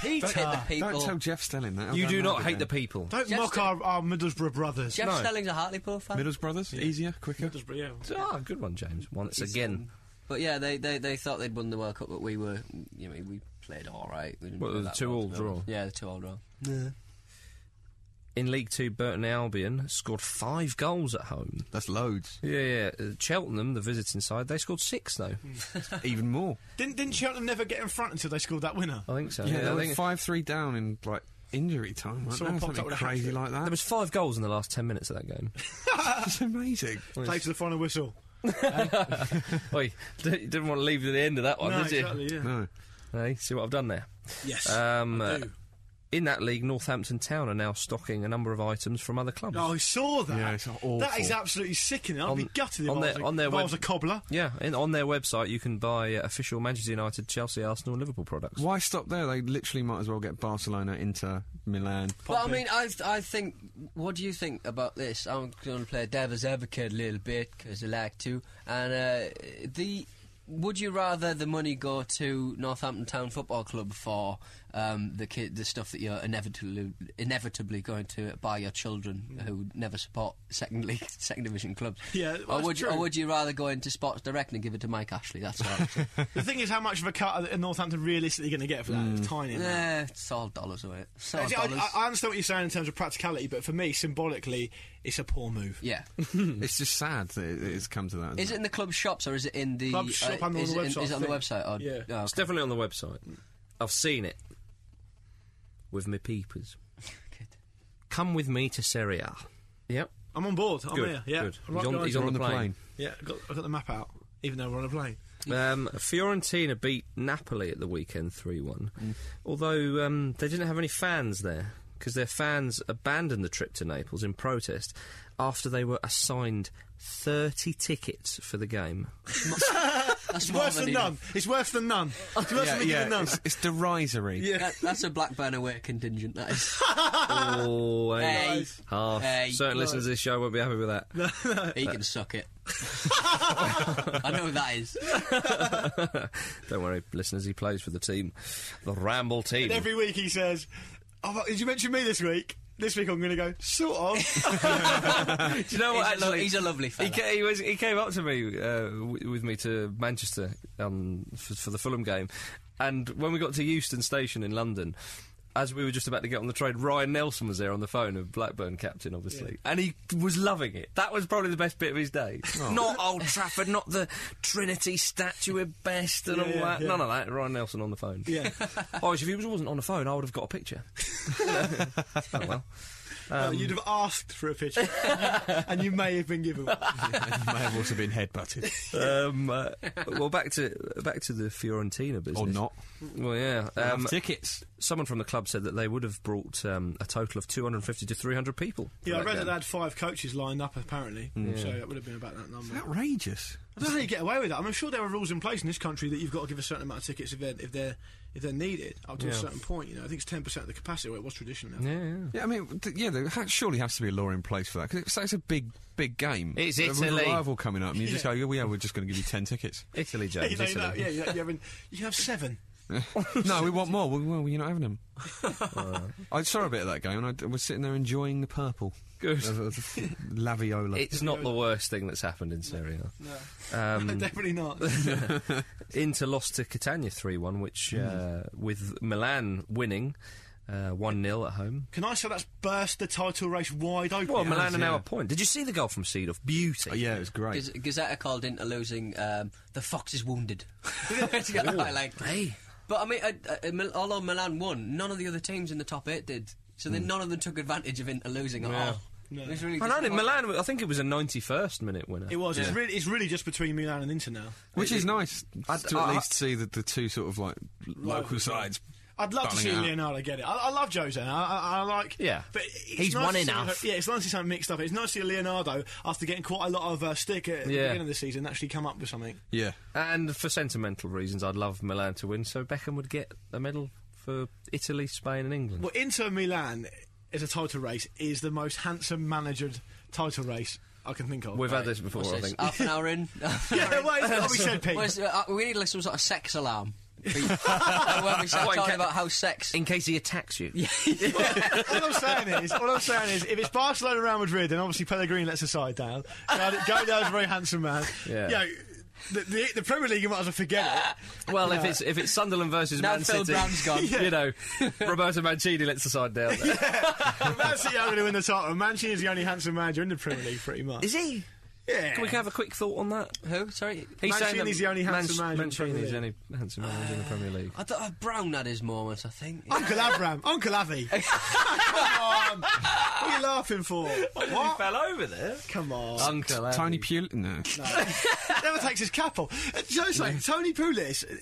Hate the people.
Ah, Don't tell Jeff Stelling that. I'll
You
go
do
mad
not
with
hate the
him.
people.
Don't
Jeff
mock
Stelling-
our, our Middlesbrough brothers.
Jeff
No.
Stelling's a Hartlepool fan.
Middles brothers. Easier, quicker.
Middlesbrough, yeah.
Ah, good one, James. Once
He's,
again.
um, But yeah, they, they, they thought they'd won the World Cup, but we were, you know, we played all right. We didn't
What,
play
the
that
two
well,
all
to be honest.
draw?
Yeah, the two all draw.
In League Two, Burton Albion scored five goals at home.
That's loads.
Yeah, yeah. Uh, Cheltenham, the visiting side, they scored six though.
Even more.
Didn't, didn't Cheltenham never get in front until they scored that winner?
I think so.
Yeah,
I
they
think
were five three down in like injury time. weren't
Someone
they?
popped up
Something
with a
crazy
hat-trick.
like that.
there was five goals in the last ten minutes of that game.
That's amazing.
Play to the final whistle.
Oi, d- didn't want to leave to the end of that one,
no,
Oh, did you?
exactly, yeah.
No.
Hey, see what I've done there.
Yes.
Um,
I
uh,
do.
in that league, Northampton Town are now stocking a number of items from other clubs.
Oh, I saw that.
Yeah, it's awful.
That is absolutely sickening. I'd be
On-
gutted if,
on
I, was
their-
a,
on their
if I
web-
was a cobbler.
Yeah, in, on their website you can buy uh, official Manchester United, Chelsea, Arsenal, and Liverpool products.
Why stop there? They literally might as well get Barcelona, Inter, Milan.
Well, I mean, I, I think. What do you think about this? I'm going to play devil's advocate a little bit because I like to. And uh, the would you rather the money go to Northampton Town Football Club for um, the ki- the stuff that you're inevitably inevitably going to buy your children who never support second league second division clubs?
Mm. Yeah, well,
or
that's
would you, or
true.
would you rather go into Sports Direct and give it to Mike Ashley? That's all.
the thing is, how much of a cut are Northampton realistically going to get for that?
Mm.
It's tiny. isn't it?
yeah, it's all dollars away. It's all
See, I,
dollars.
I- I understand what you're saying in terms of practicality, but for me, symbolically, it's a poor move.
yeah.
It's just sad that it, it's come to that.
Is it in the club shops or is it in the uh,
Club shop and on
is, it
the
in-
website,
is it on the
I think.
website? Or,
Yeah.
Oh, okay.
It's definitely on the website. I've seen it with my peepers.
Good.
Come with me to Serie A. Yep.
I'm on board. I'm
Good,
here. Yeah,
good.
I'm right
He's on-
behind
he's
you.
We're on the plane.
Yeah, I got, I got the map out, even though we're on a plane.
Um, Fiorentina beat Napoli at the weekend 3 1. Although um, they didn't have any fans there because their fans abandoned the trip to Naples in protest after they were assigned 30 tickets for the game.
That's
It's
more
worse than
enough.
none. It's worse than none. It's worse
Yeah,
than,
yeah,
none.
it's, it's derisory.
That, that's a Blackburn away contingent. That is.
oh, hey.
Hey.
Half.
Hey.
Certain listeners to this show won't be happy with that.
he can suck it. I know who that is.
Don't worry, listeners, he plays for the team, the Ramble team.
And every week he says, oh, well, "Did you mention me this week?" This week I'm going to go sort of.
Do you know
He's, a,
what,
lo-
actually?
he's a lovely
He,
fella.
ca- he, was, he came up to me uh, w- with me to Manchester um, for, for the Fulham game, and when we got to Euston Station in London, as we were just about to get on the train, Ryan Nelson was there on the phone, a Blackburn captain, obviously, and he was loving it. That was probably the best bit of his day. Not Old Trafford, not the Trinity statue at best, and
Yeah,
all
yeah,
that.
yeah.
None of that. Ryan Nelson on the phone.
yeah.
oh, if he was- wasn't on the phone, I would have got a picture. oh well.
Uh, you'd have asked for a picture, and you may have been given. one.
and may have also been headbutted
Um, uh, well, back to back to the Fiorentina business,
or not.
Well, yeah. Um,
tickets.
someone from the club said that they would have brought um, a total of 250 to 300 people. for
Yeah, I
that
read that
game.
they had five coaches lined up apparently, so that would have been about that number.
Outrageous.
I don't know how you get away with that. I mean, I'm sure there are rules in place in this country that you've got to give a certain amount of tickets if they're if they're if they're needed up to a
Yeah.
certain point. You know, I think it's ten percent of the capacity. Or it was traditionally.
Yeah, yeah.
Yeah, I mean, th- yeah, there ha- surely has to be a law in place for that because it's, it's a big, big game.
It's
With a
Italy.
rival coming up, and you just go, "Yeah, well, yeah, we're just going to give you ten tickets."
Italy,
Yeah, you
James.
know, you know,
Italy.
yeah, you, you, have, you can have seven.
no, we want more. Well, well, you're not having them. I saw a bit of that game, and I d- was sitting there enjoying the purple.
Good.
Of- of Laviola.
It's not the worst thing that's happened in Serie A.
No,
Um,
definitely not.
Inter lost to Catania 3 1, which, uh, with Milan winning 1 nil 0 at home.
Can I say that's burst the title race wide open?
Well, Milan are now
yeah.
a point. Did you see the goal from Seedorf? Beauty.
Oh, yeah, it was great.
Gaz- Gazetta called into losing um, the fox is wounded. To get the highlight.
Hey.
But I mean, I, I, Mil- although Milan won, none of the other teams in the top eight did. So then none of them took advantage of Inter losing at all. It was really
I know,
disappointing.
Milan, I think it was a 91st minute winner.
It was. It's, really, it's really just between Milan and Inter now.
Which is nice to at
I-
least see the, the two sort of like local sides.
I'd love to
Darling
see
out.
Leonardo get it. I, I love Jose. Now. I, I, I like.
Yeah.
but it's
He's
nice
won
to see-
enough.
yeah, it's nice to see something mixed up. It's nice to see Leonardo after getting quite a lot of uh, stick at the
Yeah.
beginning of the season actually come up with something.
Yeah.
And for sentimental reasons, I'd love Milan to win, so Beckham would get a medal for Italy, Spain, and England.
Well, Inter Milan as a title race is the most handsome managered title race I can think of.
We've had this before,
What's
I
this, Uh,
think.
Half an hour in. Half an hour
yeah,
in.
well, it's got to be said, Pete.
Well, it's, uh, uh, we need to listen to some sort of sex alarm. when we start
What, in
talking
ca-
about how sex.
In case he attacks you. Yeah.
all I'm saying is, all I'm saying is, if it's Barcelona, Real Madrid, then obviously Pellegrini lets the side down. Godo's a very handsome man.
Yeah.
You know, the, the, the Premier League, you might as well forget
Well, if it's if it's Sunderland versus
Now
Man
Phil
City,
Brown's gone.
you know, Roberto Mancini lets the side down. There.
it. Man City are going to win the title. Mancini is the only handsome manager in the Premier League, pretty much.
Is he?
yeah.
Can we have a quick thought on that?
Who? Sorry.
He's saying
Mancini's
that
the only handsome
Manc-
manager in the Premier
Mancini's the
League.
only handsome manager in the Premier League.
I thought uh, Brown had his moments. I think.
Oh,
Uncle Avram, Uncle Avi. Come on. What are you laughing for? What?
fell over there.
Come on.
Uncle Abby.
Tony Pulis. No.
Never takes his cap off. Uh, Joe's like, Tony Pulis, uh,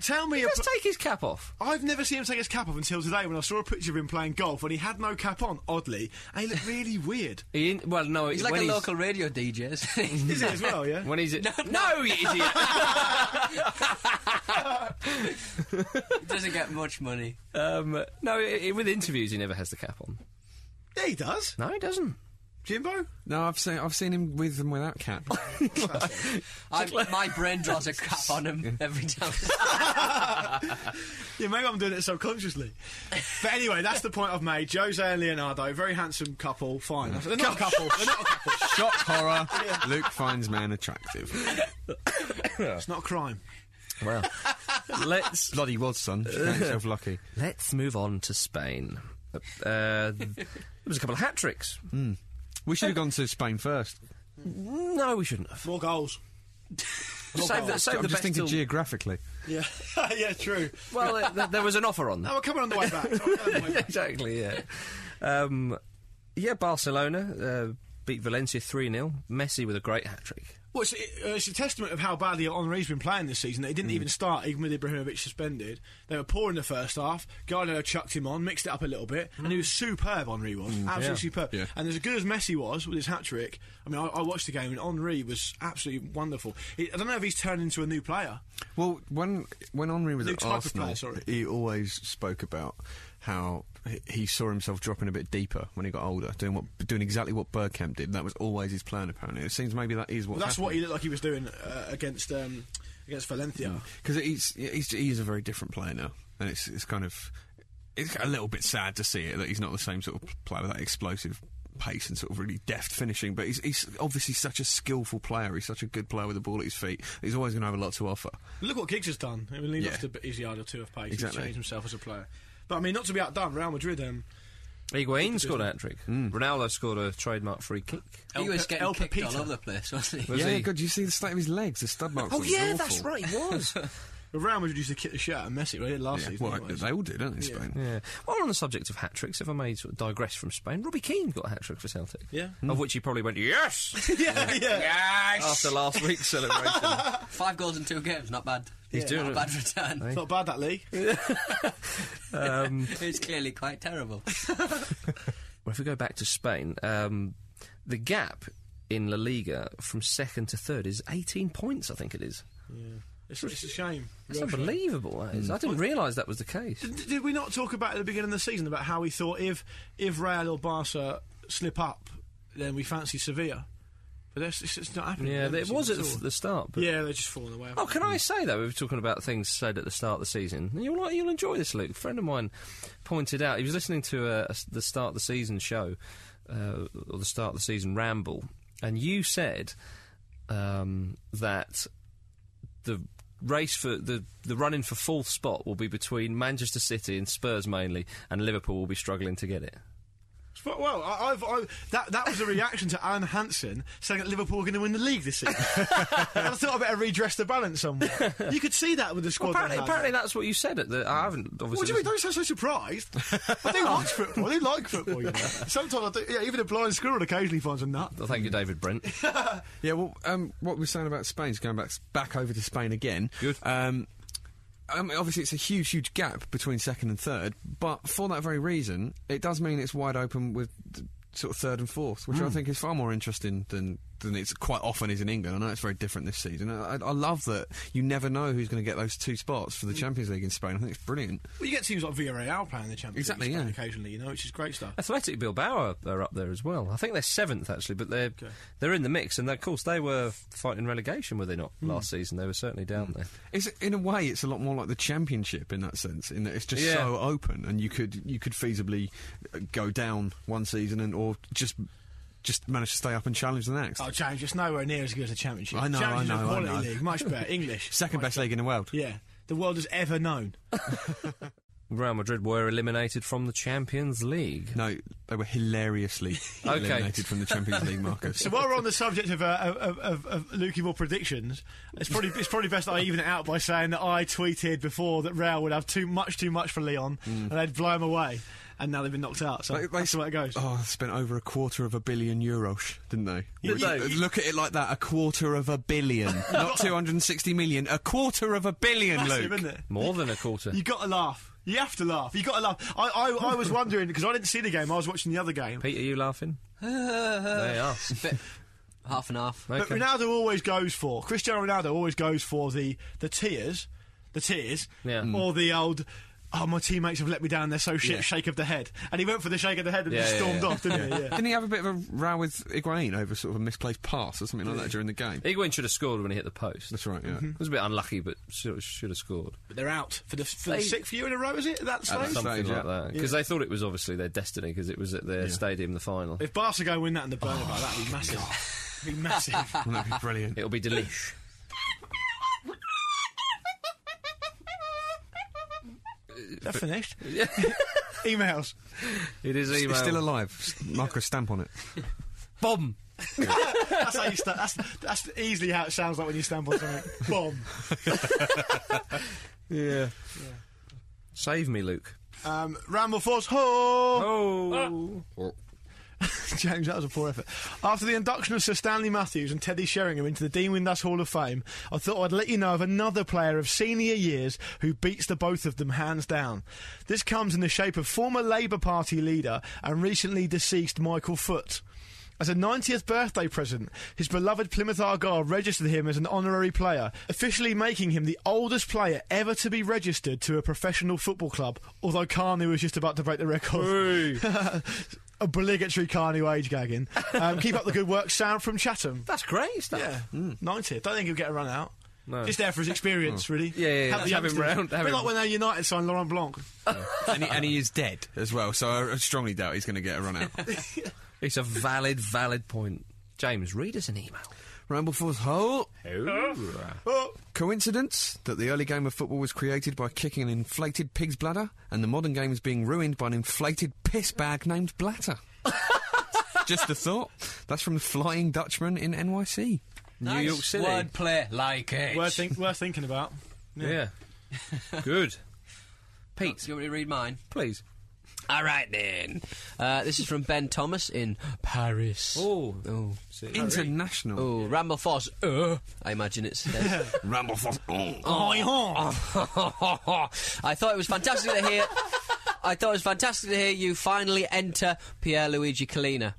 tell me about.
Let's take his cap off.
I've never seen him take his cap off until today when I saw a picture of him playing golf when he had no cap on, oddly, and he looked really weird.
He in, well, no,
He's like
when
a local radio DJ. Isn't he?
Is it as well, yeah?
When he's no, you idiot.
Doesn't get much money.
um, no, i i with interviews, he never has the cap on.
Yeah, he does.
No, he doesn't.
Jimbo?
No, I've seen I've seen him with and without cap.
I, my brain draws a cap on him every time.
Yeah, maybe I'm doing it subconsciously. But anyway, that's the point I've made. Jose and Leonardo, very handsome couple, fine. They're not a couple. They're not a couple.
Shock horror. Luke finds man attractive.
It's not a crime.
Well, let's
Bloody was son. She found herself lucky.
let's move on to Spain. Uh, there was a couple of hat tricks.
We should have gone to Spain first.
No, we shouldn't have.
More goals.
Save the, save
I'm
the
just
best
thinking
till-
geographically.
Yeah, yeah, true.
Well, uh, th- there was an offer on that.
No, we're coming on the way back. We're coming on the way back.
exactly, yeah. Um, yeah, Barcelona uh, beat Valencia 3 0. Messi with a great hat trick.
Well, it's, it, uh, it's a testament of how badly Henri's been playing this season. They didn't
Mm.
even start, even with Ibrahimovic suspended. They were poor in the first half. Guardiola chucked him on, mixed it up a little bit, and he was superb. Henri was absolutely superb,
Mm. Yeah.
and as good as Messi was with his hat trick. I mean, I, I watched the game, and Henri was absolutely wonderful. He, I don't know if he's turned into a new player.
Well, when when Henri was
New
at
type of
Arsenal,
player, sorry.
he always spoke about how he- he saw himself dropping a bit deeper when he got older, doing what doing exactly what Bergkamp did. That was always his plan. Apparently, it seems maybe that is what.
Well, that's what he looked like he was doing uh, against um, against Valencia.
because he's he's he's a very different player now, and it's it's kind of it's a little bit sad to see it that he's not the same sort of player with that explosive pace and sort of really deft finishing. But he's he's obviously such a skillful player. He's such a good player with the ball at his feet. He's always going to have a lot to offer.
Look what Giggs has done. I mean, he
Yeah.
lost a bit- his yard or two of pace.
Exactly.
He's changed himself as a player. But I mean, not to be outdone, Real Madrid. Um,
Higuain scored a hat trick.
Hmm.
Ronaldo scored a trademark free kick.
Oh,
He was
Pe-
getting
El
kicked all
Pepita.
over the place, wasn't he?
Was
yeah,
he? Oh,
God, you see the state of his legs, the stud marks. on him, it's awful.
right, he was.
Real Madrid used to kick the shit out of Messi. Well, they did last
Yeah,
season.
well,
anyways.
they all do, don't they, Spain?
yeah. While we're on the subject of hat tricks, if I may sort of digress from Spain, Robbie Keane got a hat trick for Celtic.
Yeah.
Of which he probably went, yes!
yeah, Ah, yeah.
after last week's celebration.
Five goals in two games, not bad.
He's doing
not
it.
a bad return.
It's not bad that league.
It's clearly quite terrible.
Well, if we go back to Spain, um, the gap in La Liga from second to third is 18 points, I think it is.
It's, it's a shame.
That's unbelievable, that is. I didn't realise that was the case.
D- Did we not talk about at the beginning of the season about how we thought if if Real or Barca slip up, then we fancy Sevilla? But that's, it's, it's not happening.
Yeah,
They
it
haven't
was at
seen
the,
it all.
the start. But
yeah, they're just falling away.
Oh, can I say though? We were talking about things said at the start of the season. You'll like, you'll enjoy this, Luke. A friend of mine pointed out he was listening to uh, a s the start of the season show uh, or the start of the season ramble, and you said um, that the race for the the running for fourth spot will be between Manchester City and Spurs mainly, and Liverpool will be struggling to get it.
Well, well I, I've, i that that was a reaction to Alan Hansen saying that Liverpool were going to win the league this season. I thought I better redress the balance somewhere. You could see that with the squad.
apparently,
they had.
apparently that's what you said. At the I haven't obviously.
What do you mean?
listened-
Don't sound so surprised. I do watch football. I do like football. You know. Sometimes, I do, yeah, even a blind squirrel occasionally finds a nut.
Oh, thank you, David Brent.
Yeah, well, um, what we were saying about Spain's going back back over to Spain again.
Good.
Um, I mean, obviously, it's a huge, huge gap between second and third, but for that very reason, it does mean it's wide open with th- sort of third and fourth, which I think is far more interesting than than it's quite often is in England. I know it's very different this season. I, I I love that you never know who's going to get those two spots for the Champions League in Spain. I think it's brilliant.
Well, you get teams like Villarreal playing the Champions
Exactly,
League in Spain
yeah.
occasionally, you know, which is great stuff.
Athletic Bilbao are, are up there as well. I think they're seventh actually, but they're they're in the mix. And of course, they were fighting relegation, were they not last season? They were certainly down there.
It's, in a way, it's a lot more like the championship in that sense, in that it's just
Yeah.
so open, and you could you could feasibly uh, go down one season and or just just manage to stay up and challenge the next.
Oh, James, it's nowhere near as good as the Championship.
I know, I
Championship
know, I
quality
know.
league, much better. English,
Second best league in the world.
yeah, the world has ever known.
Real Madrid were eliminated from the Champions League.
No, they were hilariously
Okay.
eliminated from the Champions League, Marcus.
So while we're on the subject of, uh, of, of, of Lukey Moore predictions, it's probably it's probably best I even it out by saying that I tweeted before that Real would have too much, too much for Leon, and they'd blow him away, and now they've been knocked out. So
They- they-
that's the way it goes.
Oh, they spent over a quarter of a billion euros, didn't they?
Did
Which-
they?
Look at it like that: a quarter of a billion, not two hundred and sixty million, a quarter of a billion,
Massive,
Luke.
isn't it?
More than a quarter.
You got to laugh. You have to laugh. You got to laugh. I, I, I was wondering because I didn't see the game. I was watching the other game.
Pete, are you laughing?
Uh,
they are.
Bit- half and half.
But
Okay.
Ronaldo always goes for Cristiano Ronaldo always goes for the the tears, the tears,
Yeah. Mm.
or the old. Oh, my teammates have let me down. They're so shit. Shake of the head, and he went for the shake of the head and
Yeah,
just
yeah,
stormed
yeah.
off, didn't he? Yeah.
Didn't he have a bit of a row with Higuain over sort of a misplaced pass or something like that during the game?
Higuain should have scored when he hit the post.
That's right. Yeah.
It was a bit unlucky, but should, should have scored.
But they're out for the for
They-
the sixth year in a row. Is it that stage?
some-
Something
stage,
like
yeah.
that. Because they thought it was obviously their destiny because it was at their stadium, the final.
If Barca go win that in the Bernabeu,
Oh,
that'd be massive. That'd be massive.
Wouldn't that be brilliant?
It'll be delish.
They're finished. Emails.
It is
It's
email.
still alive. S- Marcus, stamp on it.
bomb.
That's how you start. That's that's easily how it sounds like when you stamp on something. Bomb.
Yeah.
Save me, Luke.
Um, Ramble Force. Ho!
Oh.
James, that was a poor effort. After the induction of Sir Stanley Matthews and Teddy Sheringham into the Dean Windass Hall of Fame, I thought I'd let you know of another player of senior years who beats the both of them hands down. This comes in the shape of former Labour Party leader and recently deceased Michael Foot. As a 90th birthday present, his beloved Plymouth Argyle registered him as an honorary player, officially making him the oldest player ever to be registered to a professional football club, although Carney was just about to break the record. Obligatory Carney wage gagging. Um, keep up the good work, Sam from Chatham.
That's great stuff.
Yeah, 90. Don't think he'll get a run out. Just there for his experience, really.
Yeah, yeah, yeah.
Help the
Just have him
youngsters.
round, have
Bit
him-
like when our United signed Laurent Blanc.
and, he, and he is dead as well, so I strongly doubt he's going to get a run out.
It's a valid, valid point. James, read us an email.
Ramble Force Hole. Coincidence that the early game of football was created by kicking an inflated pig's bladder, and the modern game is being ruined by an inflated piss bag named Blatter. Just a thought. That's from the Flying Dutchman in NYC.
New
Nice
York City.
Wordplay like it.
Worth, think- worth thinking about.
Yeah. Good. Pete,
Do you want me to read mine?
please.
All right then. Uh, this is from Ben Thomas in Paris.
Oh.
Oh.
International.
Oh, Ramble Force. Uh, I imagine it says.
Ramble Force.
I thought it was fantastic to hear. I thought it was fantastic to hear you finally enter Pierluigi Colina.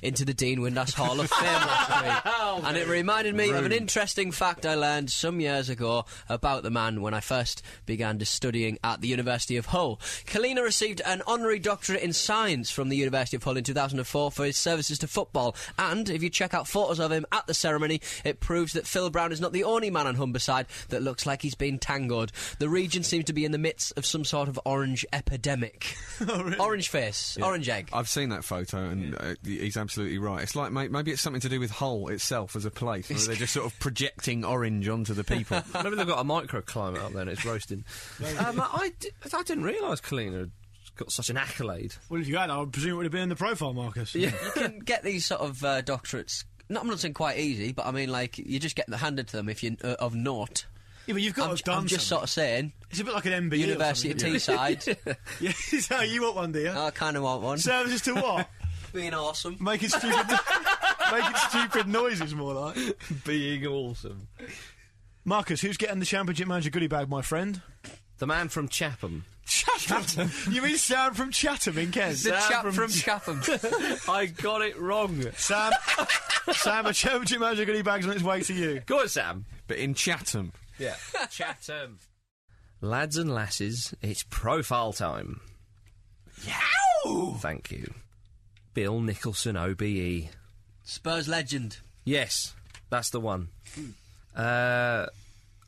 into the Dean Windass Hall of Fame last week.
Oh,
and it reminded me of an interesting fact I learned some years ago about the man when I first began to studying at the University of Hull. Kalina received an honorary doctorate in science from the University of Hull in 2004 for his services to football. And if you check out photos of him at the ceremony, it proves that Phil Brown is not the only man on Humberside that looks like he's been tangoed. The region seems to be in the midst of some sort of orange epidemic.
Oh,
Orange face, orange egg.
I've seen that photo, and uh, he's absolutely right. It's like may- maybe it's something to do with Hull itself as a place. where they're just sort of projecting orange onto the people.
Maybe they've got a microclimate up there and it's roasting. um, I, di- I didn't realise Kalina had got such an accolade.
Well, if you had, I would presume it would have been in the profile, Marcus. Yeah.
you can get these sort of uh, doctorates. Not, I'm not saying quite easy, but I mean, like, you just get them handed to them if you're uh, of naught.
but you've got
I'm,
to have done
I'm just
something.
sort of saying,
It's a bit like an MBE. or
University Oh. of
something,
Teesside,
yeah. Yeah, so you want one, do you?
I kind of want one.
Services to what?
Being awesome.
Making stupid, making stupid noises, more like.
Being awesome.
Marcus, who's getting the championship manager goodie bag, my friend?
The man from Chapham.
Chatham. you mean Sam from Chatham in Kent?
The chap from Chatham.
I got it wrong.
Sam. Sam, a championship manager goodie bag's on its way to you.
Go on, Sam.
but in Chatham,
Yeah. Chatham. Lads and lasses, it's profile time. Thank you. Bill Nicholson, E. OBE.
Spurs legend.
Yes, that's the one. Uh,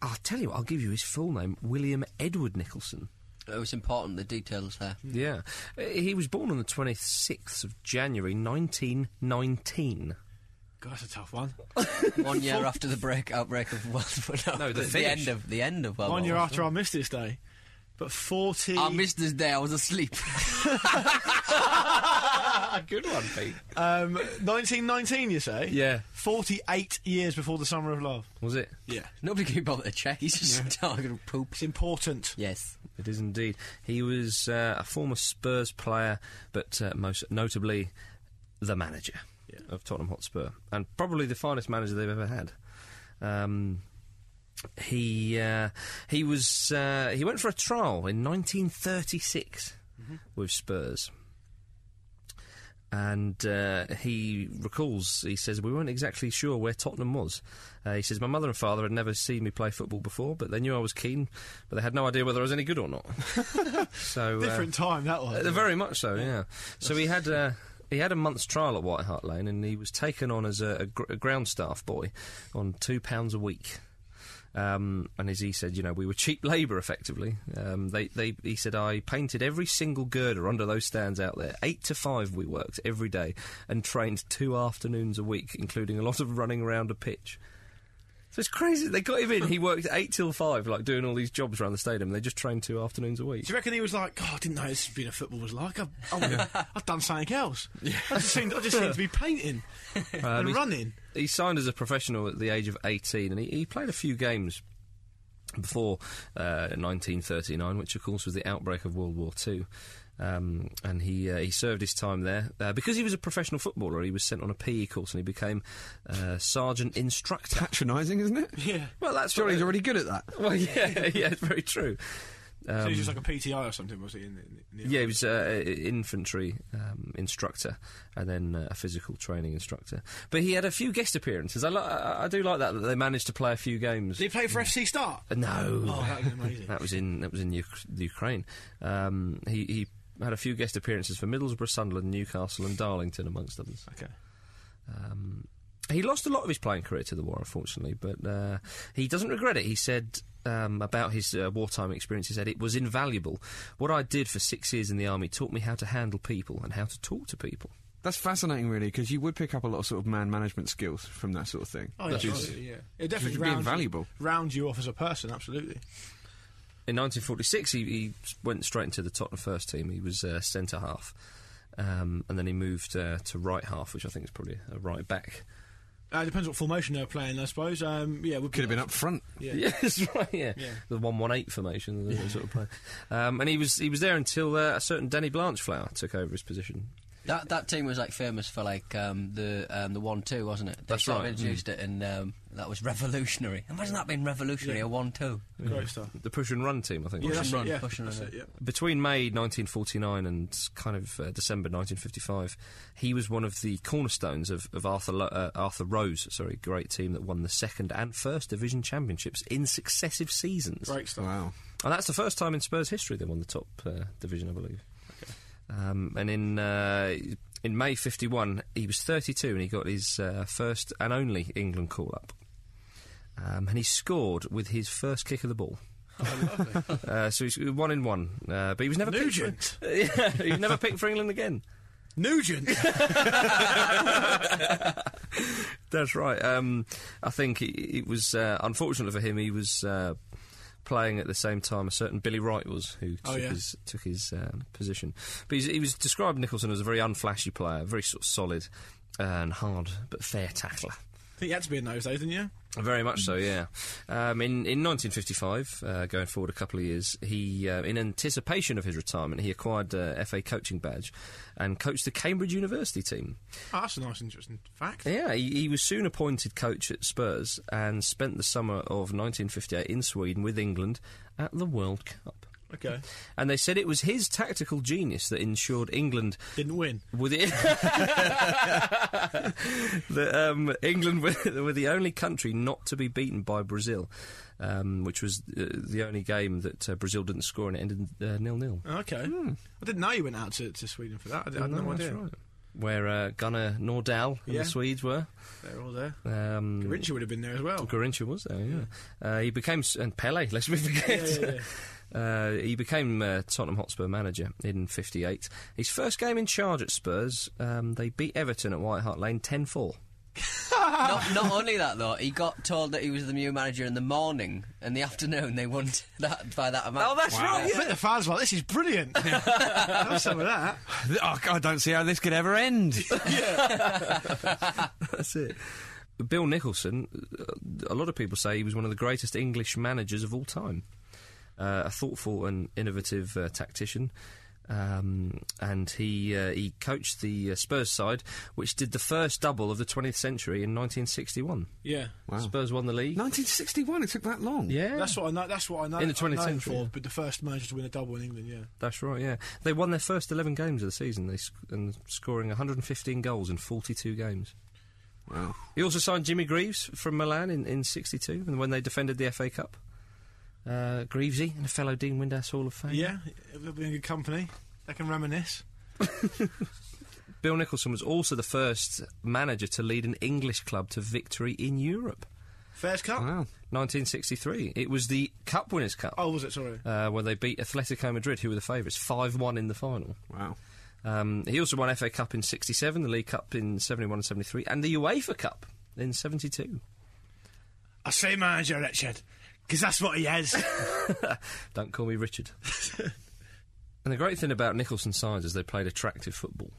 I'll tell you what, I'll give you his full name William Edward Nicholson.
It was important, the details there.
Yeah. Uh, He was born on the 26th of January 1919.
God, that's a tough one.
One year after the break outbreak of World War
No, the
the
finish.
end of the end of World
One
War
year
One.
after I missed this day. But 40.
I missed this day. I was asleep.
A good one, Pete.
um, 1919, you say?
Yeah.
48 years before the Summer of Love.
Was it?
Yeah.
Nobody can bother to check. He's just talking of poop.
It's important.
Yes.
It is indeed. He was uh, a former Spurs player, but uh, most notably the manager of Tottenham Hotspur, and probably the finest manager they've ever had. Um, he uh, he was uh, he went for a trial in 1936 with Spurs. And uh, he recalls, he says, We weren't exactly sure where Tottenham was. Uh, he says, My mother and father had never seen me play football before, but they knew I was keen, but they had no idea whether I was any good or not. so, uh,
Different time, that
uh,
was.
very much so, yeah. So he had uh, he had a month's trial at White Hart Lane, and he was taken on as a, a, gr- a ground staff boy on two pounds a week. Um, and as he said, you know, we were cheap labour effectively. Um, they, they, he said, I painted every single girder under those stands out there. Eight to five we worked every day and trained two afternoons a week, including a lot of running around a pitch. So it's crazy. They got him in. He worked eight till five, like doing all these jobs around the stadium. They just trained two afternoons a week.
Do you reckon he was like, God, I didn't know this being a football was like. I've, I've, I've done something else. I just seem I just seem to be painting
Um,
and
he's-
running.
he signed as a professional at the age of 18 and he, he played a few games before uh, 1939, which of course was the outbreak of World War II. Um, and he uh, he served his time there uh, because he was a professional footballer. He was sent on a PE course and he became uh, sergeant instructor.
patronising, isn't it?
Yeah.
Well, that's what-
Surely he's already good at that.
Well, yeah, yeah, it's very true.
so
Um,
he's just like a PTI or something, was he? In, the- in the-
Yeah, he was an infantry um, instructor and then uh, a physical training instructor. But he had a few guest appearances. I, li- I I do like that, that they managed to play a few games.
Did he play for FC Start?
Uh, No,
Oh, that would be amazing.
that was in that was in Uk- the Ukraine. Um, he he had a few guest appearances for Middlesbrough, Sunderland, Newcastle, and Darlington, amongst others.
Okay.
Um, he lost a lot of his playing career to the war, unfortunately, but uh, he doesn't regret it. He said um, about his uh, wartime experience, he said, It was invaluable. What I did for six years in the army taught me how to handle people and how to talk to people.
That's fascinating, really, because you would pick up a lot of sort of man management skills from that sort of thing.
Oh, yeah,
Which is-
absolutely, yeah. It definitely
would be
round
invaluable.
You, round you off as a person, absolutely.
In 1946, he, he went straight into the Tottenham first team. He was uh, centre half, um, and then he moved uh, to right half, which I think is probably a right back.
Uh, depends what formation they're playing, I suppose. Um, yeah, would
Could have been up front.
Yeah.
Yeah, that's right. Yeah,
Yeah.
the one one eight formation that they sort of play. Um, and he was he was there until uh, a certain Danny Blanchflower took over his position.
That that team was like famous for like um, the um, the one two, wasn't it? They
That's
sort of
right,
introduced it, and um, that was revolutionary. Imagine that being revolutionary. A one two.
Great stuff.
The push and run team, I think.
Push
that's
and
it,
run,
yeah,
push and
that's
run.
it, yeah.
Between May 1949 and kind of uh, December 1955, he was one of the cornerstones of, of Arthur Lo- uh, Arthur Rose, sorry, great team that won the second and first division championships in successive seasons.
Great stuff.
Wow.
And that's the first time in Spurs history they won the top uh, division, I believe. Um, and in uh, in May 51, he was 32 and he got his uh, first and only England call up. Um, and he scored with his first kick of the ball.
Oh,
uh, so he's one in one, uh, but he was never
Nugent.
picked. For, yeah, he was never picked for England again.
Nugent.
That's right. Um, I think it, it was uh, unfortunate for him. He was uh, playing at the same time a certain Billy Wright was, who
Oh,
took
yeah.
his took his um, position. But he's, he was described Nicholson as a very unflashy player, very sort of solid uh, and hard but fair tackler.
I think you had to be in those days, didn't you?
Very much so, yeah. Um, in, in 1955, uh, going forward a couple of years, he, uh, in anticipation of his retirement, he acquired uh, FA coaching badge and coached the Cambridge University team.
Oh, that's a nice, interesting fact.
Yeah, he, he was soon appointed coach at Spurs and spent the summer of 1958 in Sweden with England at the World Cup.
Okay.
And they said it was his tactical genius that ensured England
Didn't win.
were the that, um, England were, were the only country not to be beaten by Brazil, um, which was uh, the only game that uh, Brazil didn't score and it ended uh, nil nil.
Okay.
Hmm.
I didn't know you went out to, to Sweden for that. I, d- I had no, idea.
Where uh, Gunnar Nordahl and
Yeah.
the Swedes were.
They're all there.
Um,
Richie would have been there as well.
Garrincha was there, yeah. Uh, he became s- and Pele. Let's not forget. Uh, he became uh, Tottenham Hotspur manager in '58. His first game in charge at Spurs, um, they beat Everton at White Hart Lane 10-4.
not, not only that though, he got told that he was the new manager in the morning, and the afternoon they won that by that amount.
Oh, that's right.
I bet the fans were like, this is brilliant. Have some of that.
Th- oh, I don't see how this could ever end.
That's it. Bill Nicholson, uh, a lot of people say he was one of the greatest English managers of all time. Uh, a thoughtful and innovative uh, tactician. Um, and he uh, he coached the uh, Spurs side, which did the first double of the 20th century in 1961.
Yeah.
Spurs won the league.
1961. It took that long.
Yeah,
That's what I know. That's what I know.
Hmm. In the 20th
I know him
century,
for,
yeah.
but the first manager to win a double in England. Yeah.
That's right. Yeah, they won their first eleven games of the season. They sc- and scoring 115 goals in 42 games.
Wow.
He also signed Jimmy Greaves from Milan in, in 62, and when they defended the FA Cup, uh, Greavesy and a fellow Dean Windass Hall of Fame.
Yeah. They'll be in good company. They can reminisce.
Bill Nicholson was also the first manager to lead an English club to victory in Europe.
Fairs Cup.
Wow.
1963. It was the Cup Winners' Cup.
Oh, was it? Sorry.
Uh, where they beat Atletico Madrid, who were the favourites, 5 1 in the final.
Wow.
Um, he also won FA Cup in 67, the League Cup in 71 and 73, and the UEFA Cup in 72.
I say manager, Richard, because that's what he is.
Don't call me Richard. and the great thing about Nicholson sides is they played attractive football.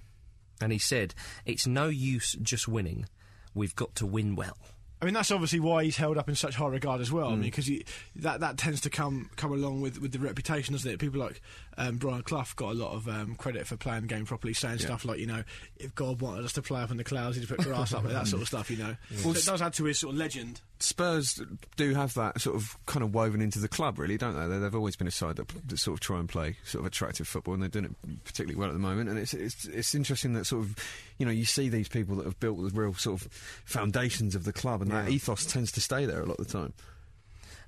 And he said, it's no use just winning. We've got to win well.
I mean, that's obviously why he's held up in such high regard as
Mm.
well. I mean, because that that tends to come come along with, with the reputation, doesn't it? People like um, Brian Clough got a lot of um, credit for playing the game properly, saying stuff like, you know, if God wanted us to play up in the clouds, he'd put grass up, that sort of stuff, you know. So it does add to his sort of legend.
Spurs do have that sort of kind of woven into the club, really, don't they? They- They've always been a side that, that sort of try and play sort of attractive football, and they're doing it particularly well at the moment. And it's, it's it's interesting that sort of you know you see these people that have built the real sort of foundations of the club, and that ethos tends to stay there a lot of the time.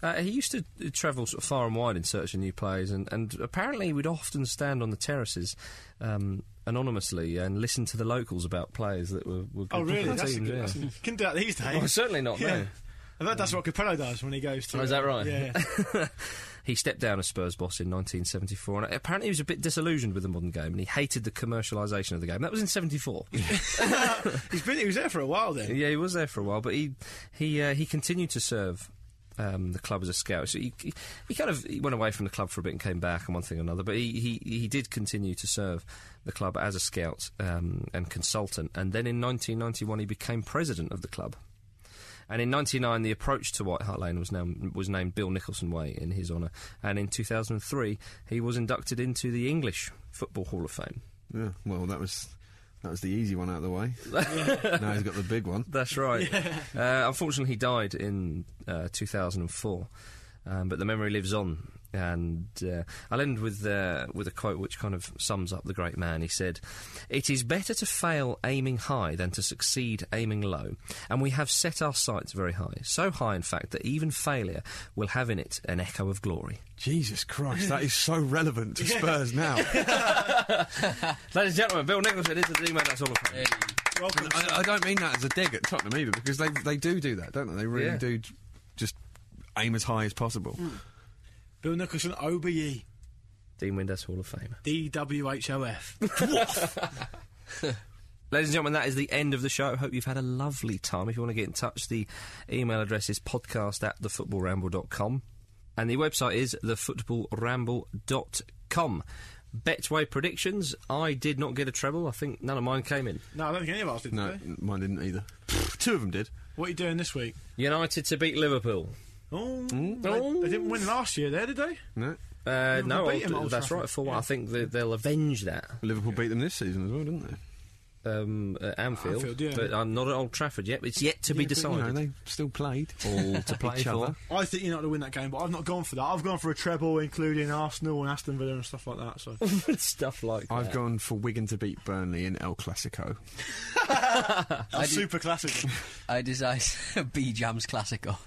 Uh, he used to uh, travel sort of far and wide in search of new players, and, and apparently he would often stand on the terraces um, anonymously and listen to the locals about players that were, were good
Oh,
for
really?
the
That's a
teams,
good,
yeah.
that's a- Couldn't do that these days.
Well, certainly not,
yeah.
no. Um,
I bet that's what Capello does when he goes to.
Oh, is that right?
Yeah.
he stepped down as Spurs boss in 1974, and apparently he was a bit disillusioned with the modern game, and he hated the commercialisation of the game. That was in '74.
He's been, he was there for a while then.
yeah, he was there for a while, but he he uh, he continued to serve. Um, the club as a scout, so he, he, he kind of he went away from the club for a bit and came back, and one thing or another. But he, he, he did continue to serve the club as a scout um, and consultant, and then in 1991 he became president of the club. And in '99, the approach to White Hart Lane was now was named Bill Nicholson Way in his honour. And in 2003, he was inducted into the English Football Hall of Fame.
Yeah, well, that was That was the easy one out of the way. now he's got the big one.
That's right. Uh, unfortunately, he died in uh, 2004, um, but the memory lives on. And uh, I'll end with uh, with a quote which kind of sums up the great man. He said, "It is better to fail aiming high than to succeed aiming low, and we have set our sights very high, so high in fact that even failure will have in it an echo of glory."
Jesus Christ, that is so relevant to Spurs now.
Ladies and gentlemen, Bill Nicholson is the D-man. That's all. Of it.
Welcome.
I, I don't mean that as a dig at Tottenham either, because they they do do that, don't they? They really
Yeah.
do j- just aim as high as possible.
Mm.
Bill Nicholson,
E
OBE,
Dean Windass Hall of Fame.
DWHOF.
Ladies and gentlemen, that is the end of the show. Hope you've had a lovely time. If you want to get in touch, the email address is podcast at thefootballramble.com and the website is thefootballramble.com. Betway predictions. I did not get a treble. I think none of mine came in.
No, I don't think any of us did.
No,
did they?
n- mine didn't either. Two of them did.
What are you doing this week?
United to beat Liverpool.
Oh,
Mm-hmm.
They, they didn't win last year there, did they?
No,
Uh, no,
they beat 'em at
I'll-
Old
that's
Trafford.
right. For I think they, they'll avenge that
Liverpool beat them this season as well, didn't they?
um, at Anfield.
Anfield, yeah.
But I'm not at Old Trafford yet. It's yet to be
But, you know,
decided.
they still played.
All to play
Each
for.
other.
I think you're not going to win that game, but I've not gone for that. I've gone for a treble, including Arsenal and Aston Villa and stuff like that. So
Stuff like
I've
that.
gone for Wigan to beat Burnley in El Clasico.
that's super classic.
I designed B Jams Classical.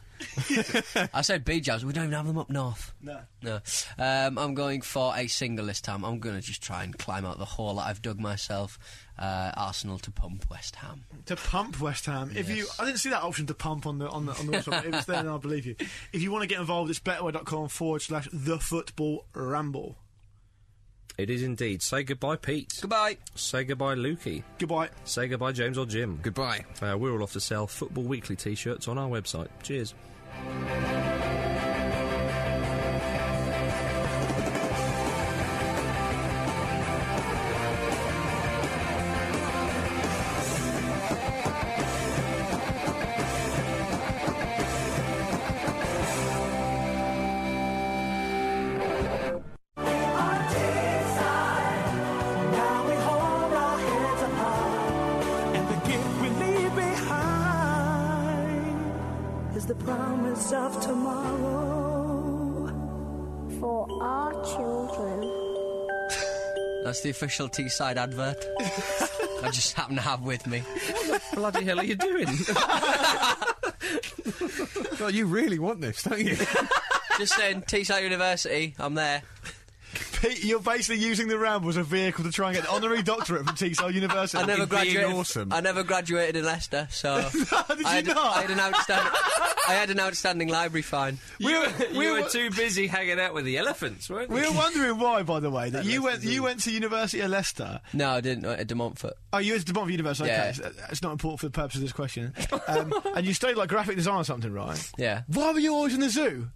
I said B Jams. We don't even have them up north.
no.
No, um, I'm going for a single this time. I'm going to just try and climb out the hole that I've dug myself. Uh, Arsenal to pump West Ham.
To pump West Ham. If you, I didn't see that option to pump on the on the on the website. but it was there, and I believe you. If you want to get involved, it's betterway.com forward slash the football ramble.
It is indeed. Say goodbye, Pete.
Goodbye.
Say goodbye, Lukey.
Goodbye.
Say goodbye, James or Jim.
Goodbye.
Uh, we're all off to sell Football Weekly t shirts on our website. Cheers.
Now we hold our heads up high, and the gift we leave behind is the promise of tomorrow.
for our children.
That's the official Teesside advert. I just happen to have with me.
Bloody hell are you doing?
God, you really want this, don't you?
Just saying, Teesside University. I'm there.
Pete, you're basically using the ramble as a vehicle to try and get an honorary doctorate from Teesside University.
I never
Fucking being
graduated.
awesome.
I never graduated in Leicester, so
Did
I,
you
had,
not?
I had an outstanding. I had an outstanding library fine.
we were,
we
you were
were-
too busy hanging out with the elephants, weren't
we
you?
were wondering why, by the way, that you went
Leicester's
you went to University of Leicester.
No, I didn't. uh, At De Montfort.
Oh, you went to Department of University.
Yeah.
Okay, so it's not important for the purpose of this question. Um, and you studied like graphic design or something, right?
Yeah.
Why were you always in the zoo?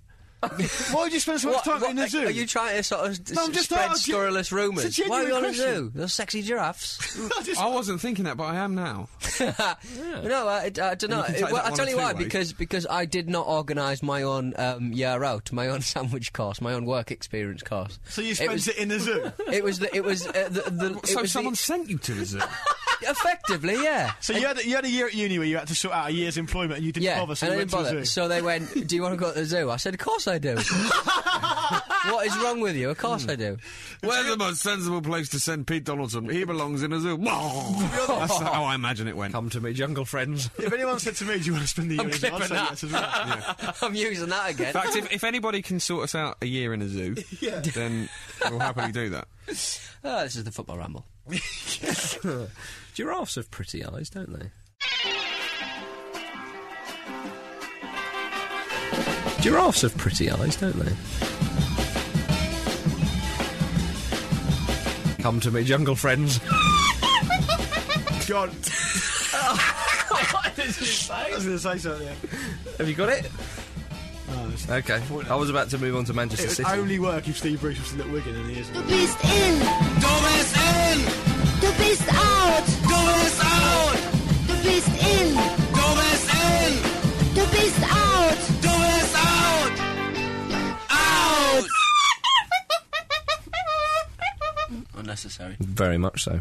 why did you spend so much time in the zoo?
Are you trying to sort of
No, I'm
s-
just
spread
asking-
scurrilous rumours?
It's a
Why are you on
genuine
a
question.
zoo? Those sexy giraffes.
I just-
I wasn't thinking that, but I am now.
No, I, don't know.
you can
well,
take that
I'll
one
tell
of
you
two
why.
ways.
Because because I did not organise my own um, year out, my own sandwich course, my own work experience course.
so you spent it,
it was,
in the zoo.
it was the, it was uh, the, the it
so
was
someone
the,
sent you to the zoo.
effectively yeah.
So you had, a, you had a year at uni where you had to sort out a year's employment and you didn't
Yeah,
bother, so
and
you
I
went
didn't
to the
bother.
zoo.
So they went, "Do you want to go to the zoo?" I said, "Of course I do." what is wrong with you? Of
Hmm.
course I do.
Where's the most sensible place to send Pete Donaldson? He belongs in a zoo. That's how I imagine it went.
Come to me, jungle friends.
if anyone said to me, "Do you want to spend the year?" in the zoo?" I'd say yes as well.
I'm using that again.
In fact, if, if anybody can sort us out a year in a zoo, then we'll happily do that.
Ah, this is the football ramble.
Giraffes have pretty eyes, don't they? Giraffes have pretty eyes, don't they? Come to me, jungle friends.
God. I was going to say something. yeah.
Have you got it?
Oh,
Okay. I was about to move on to Manchester
It would
City.
only work if Steve Bruce was still at Wigan and he isn't.
The beast in. The beast out. The beast in. The beast out.
Unnecessary.
Very much so.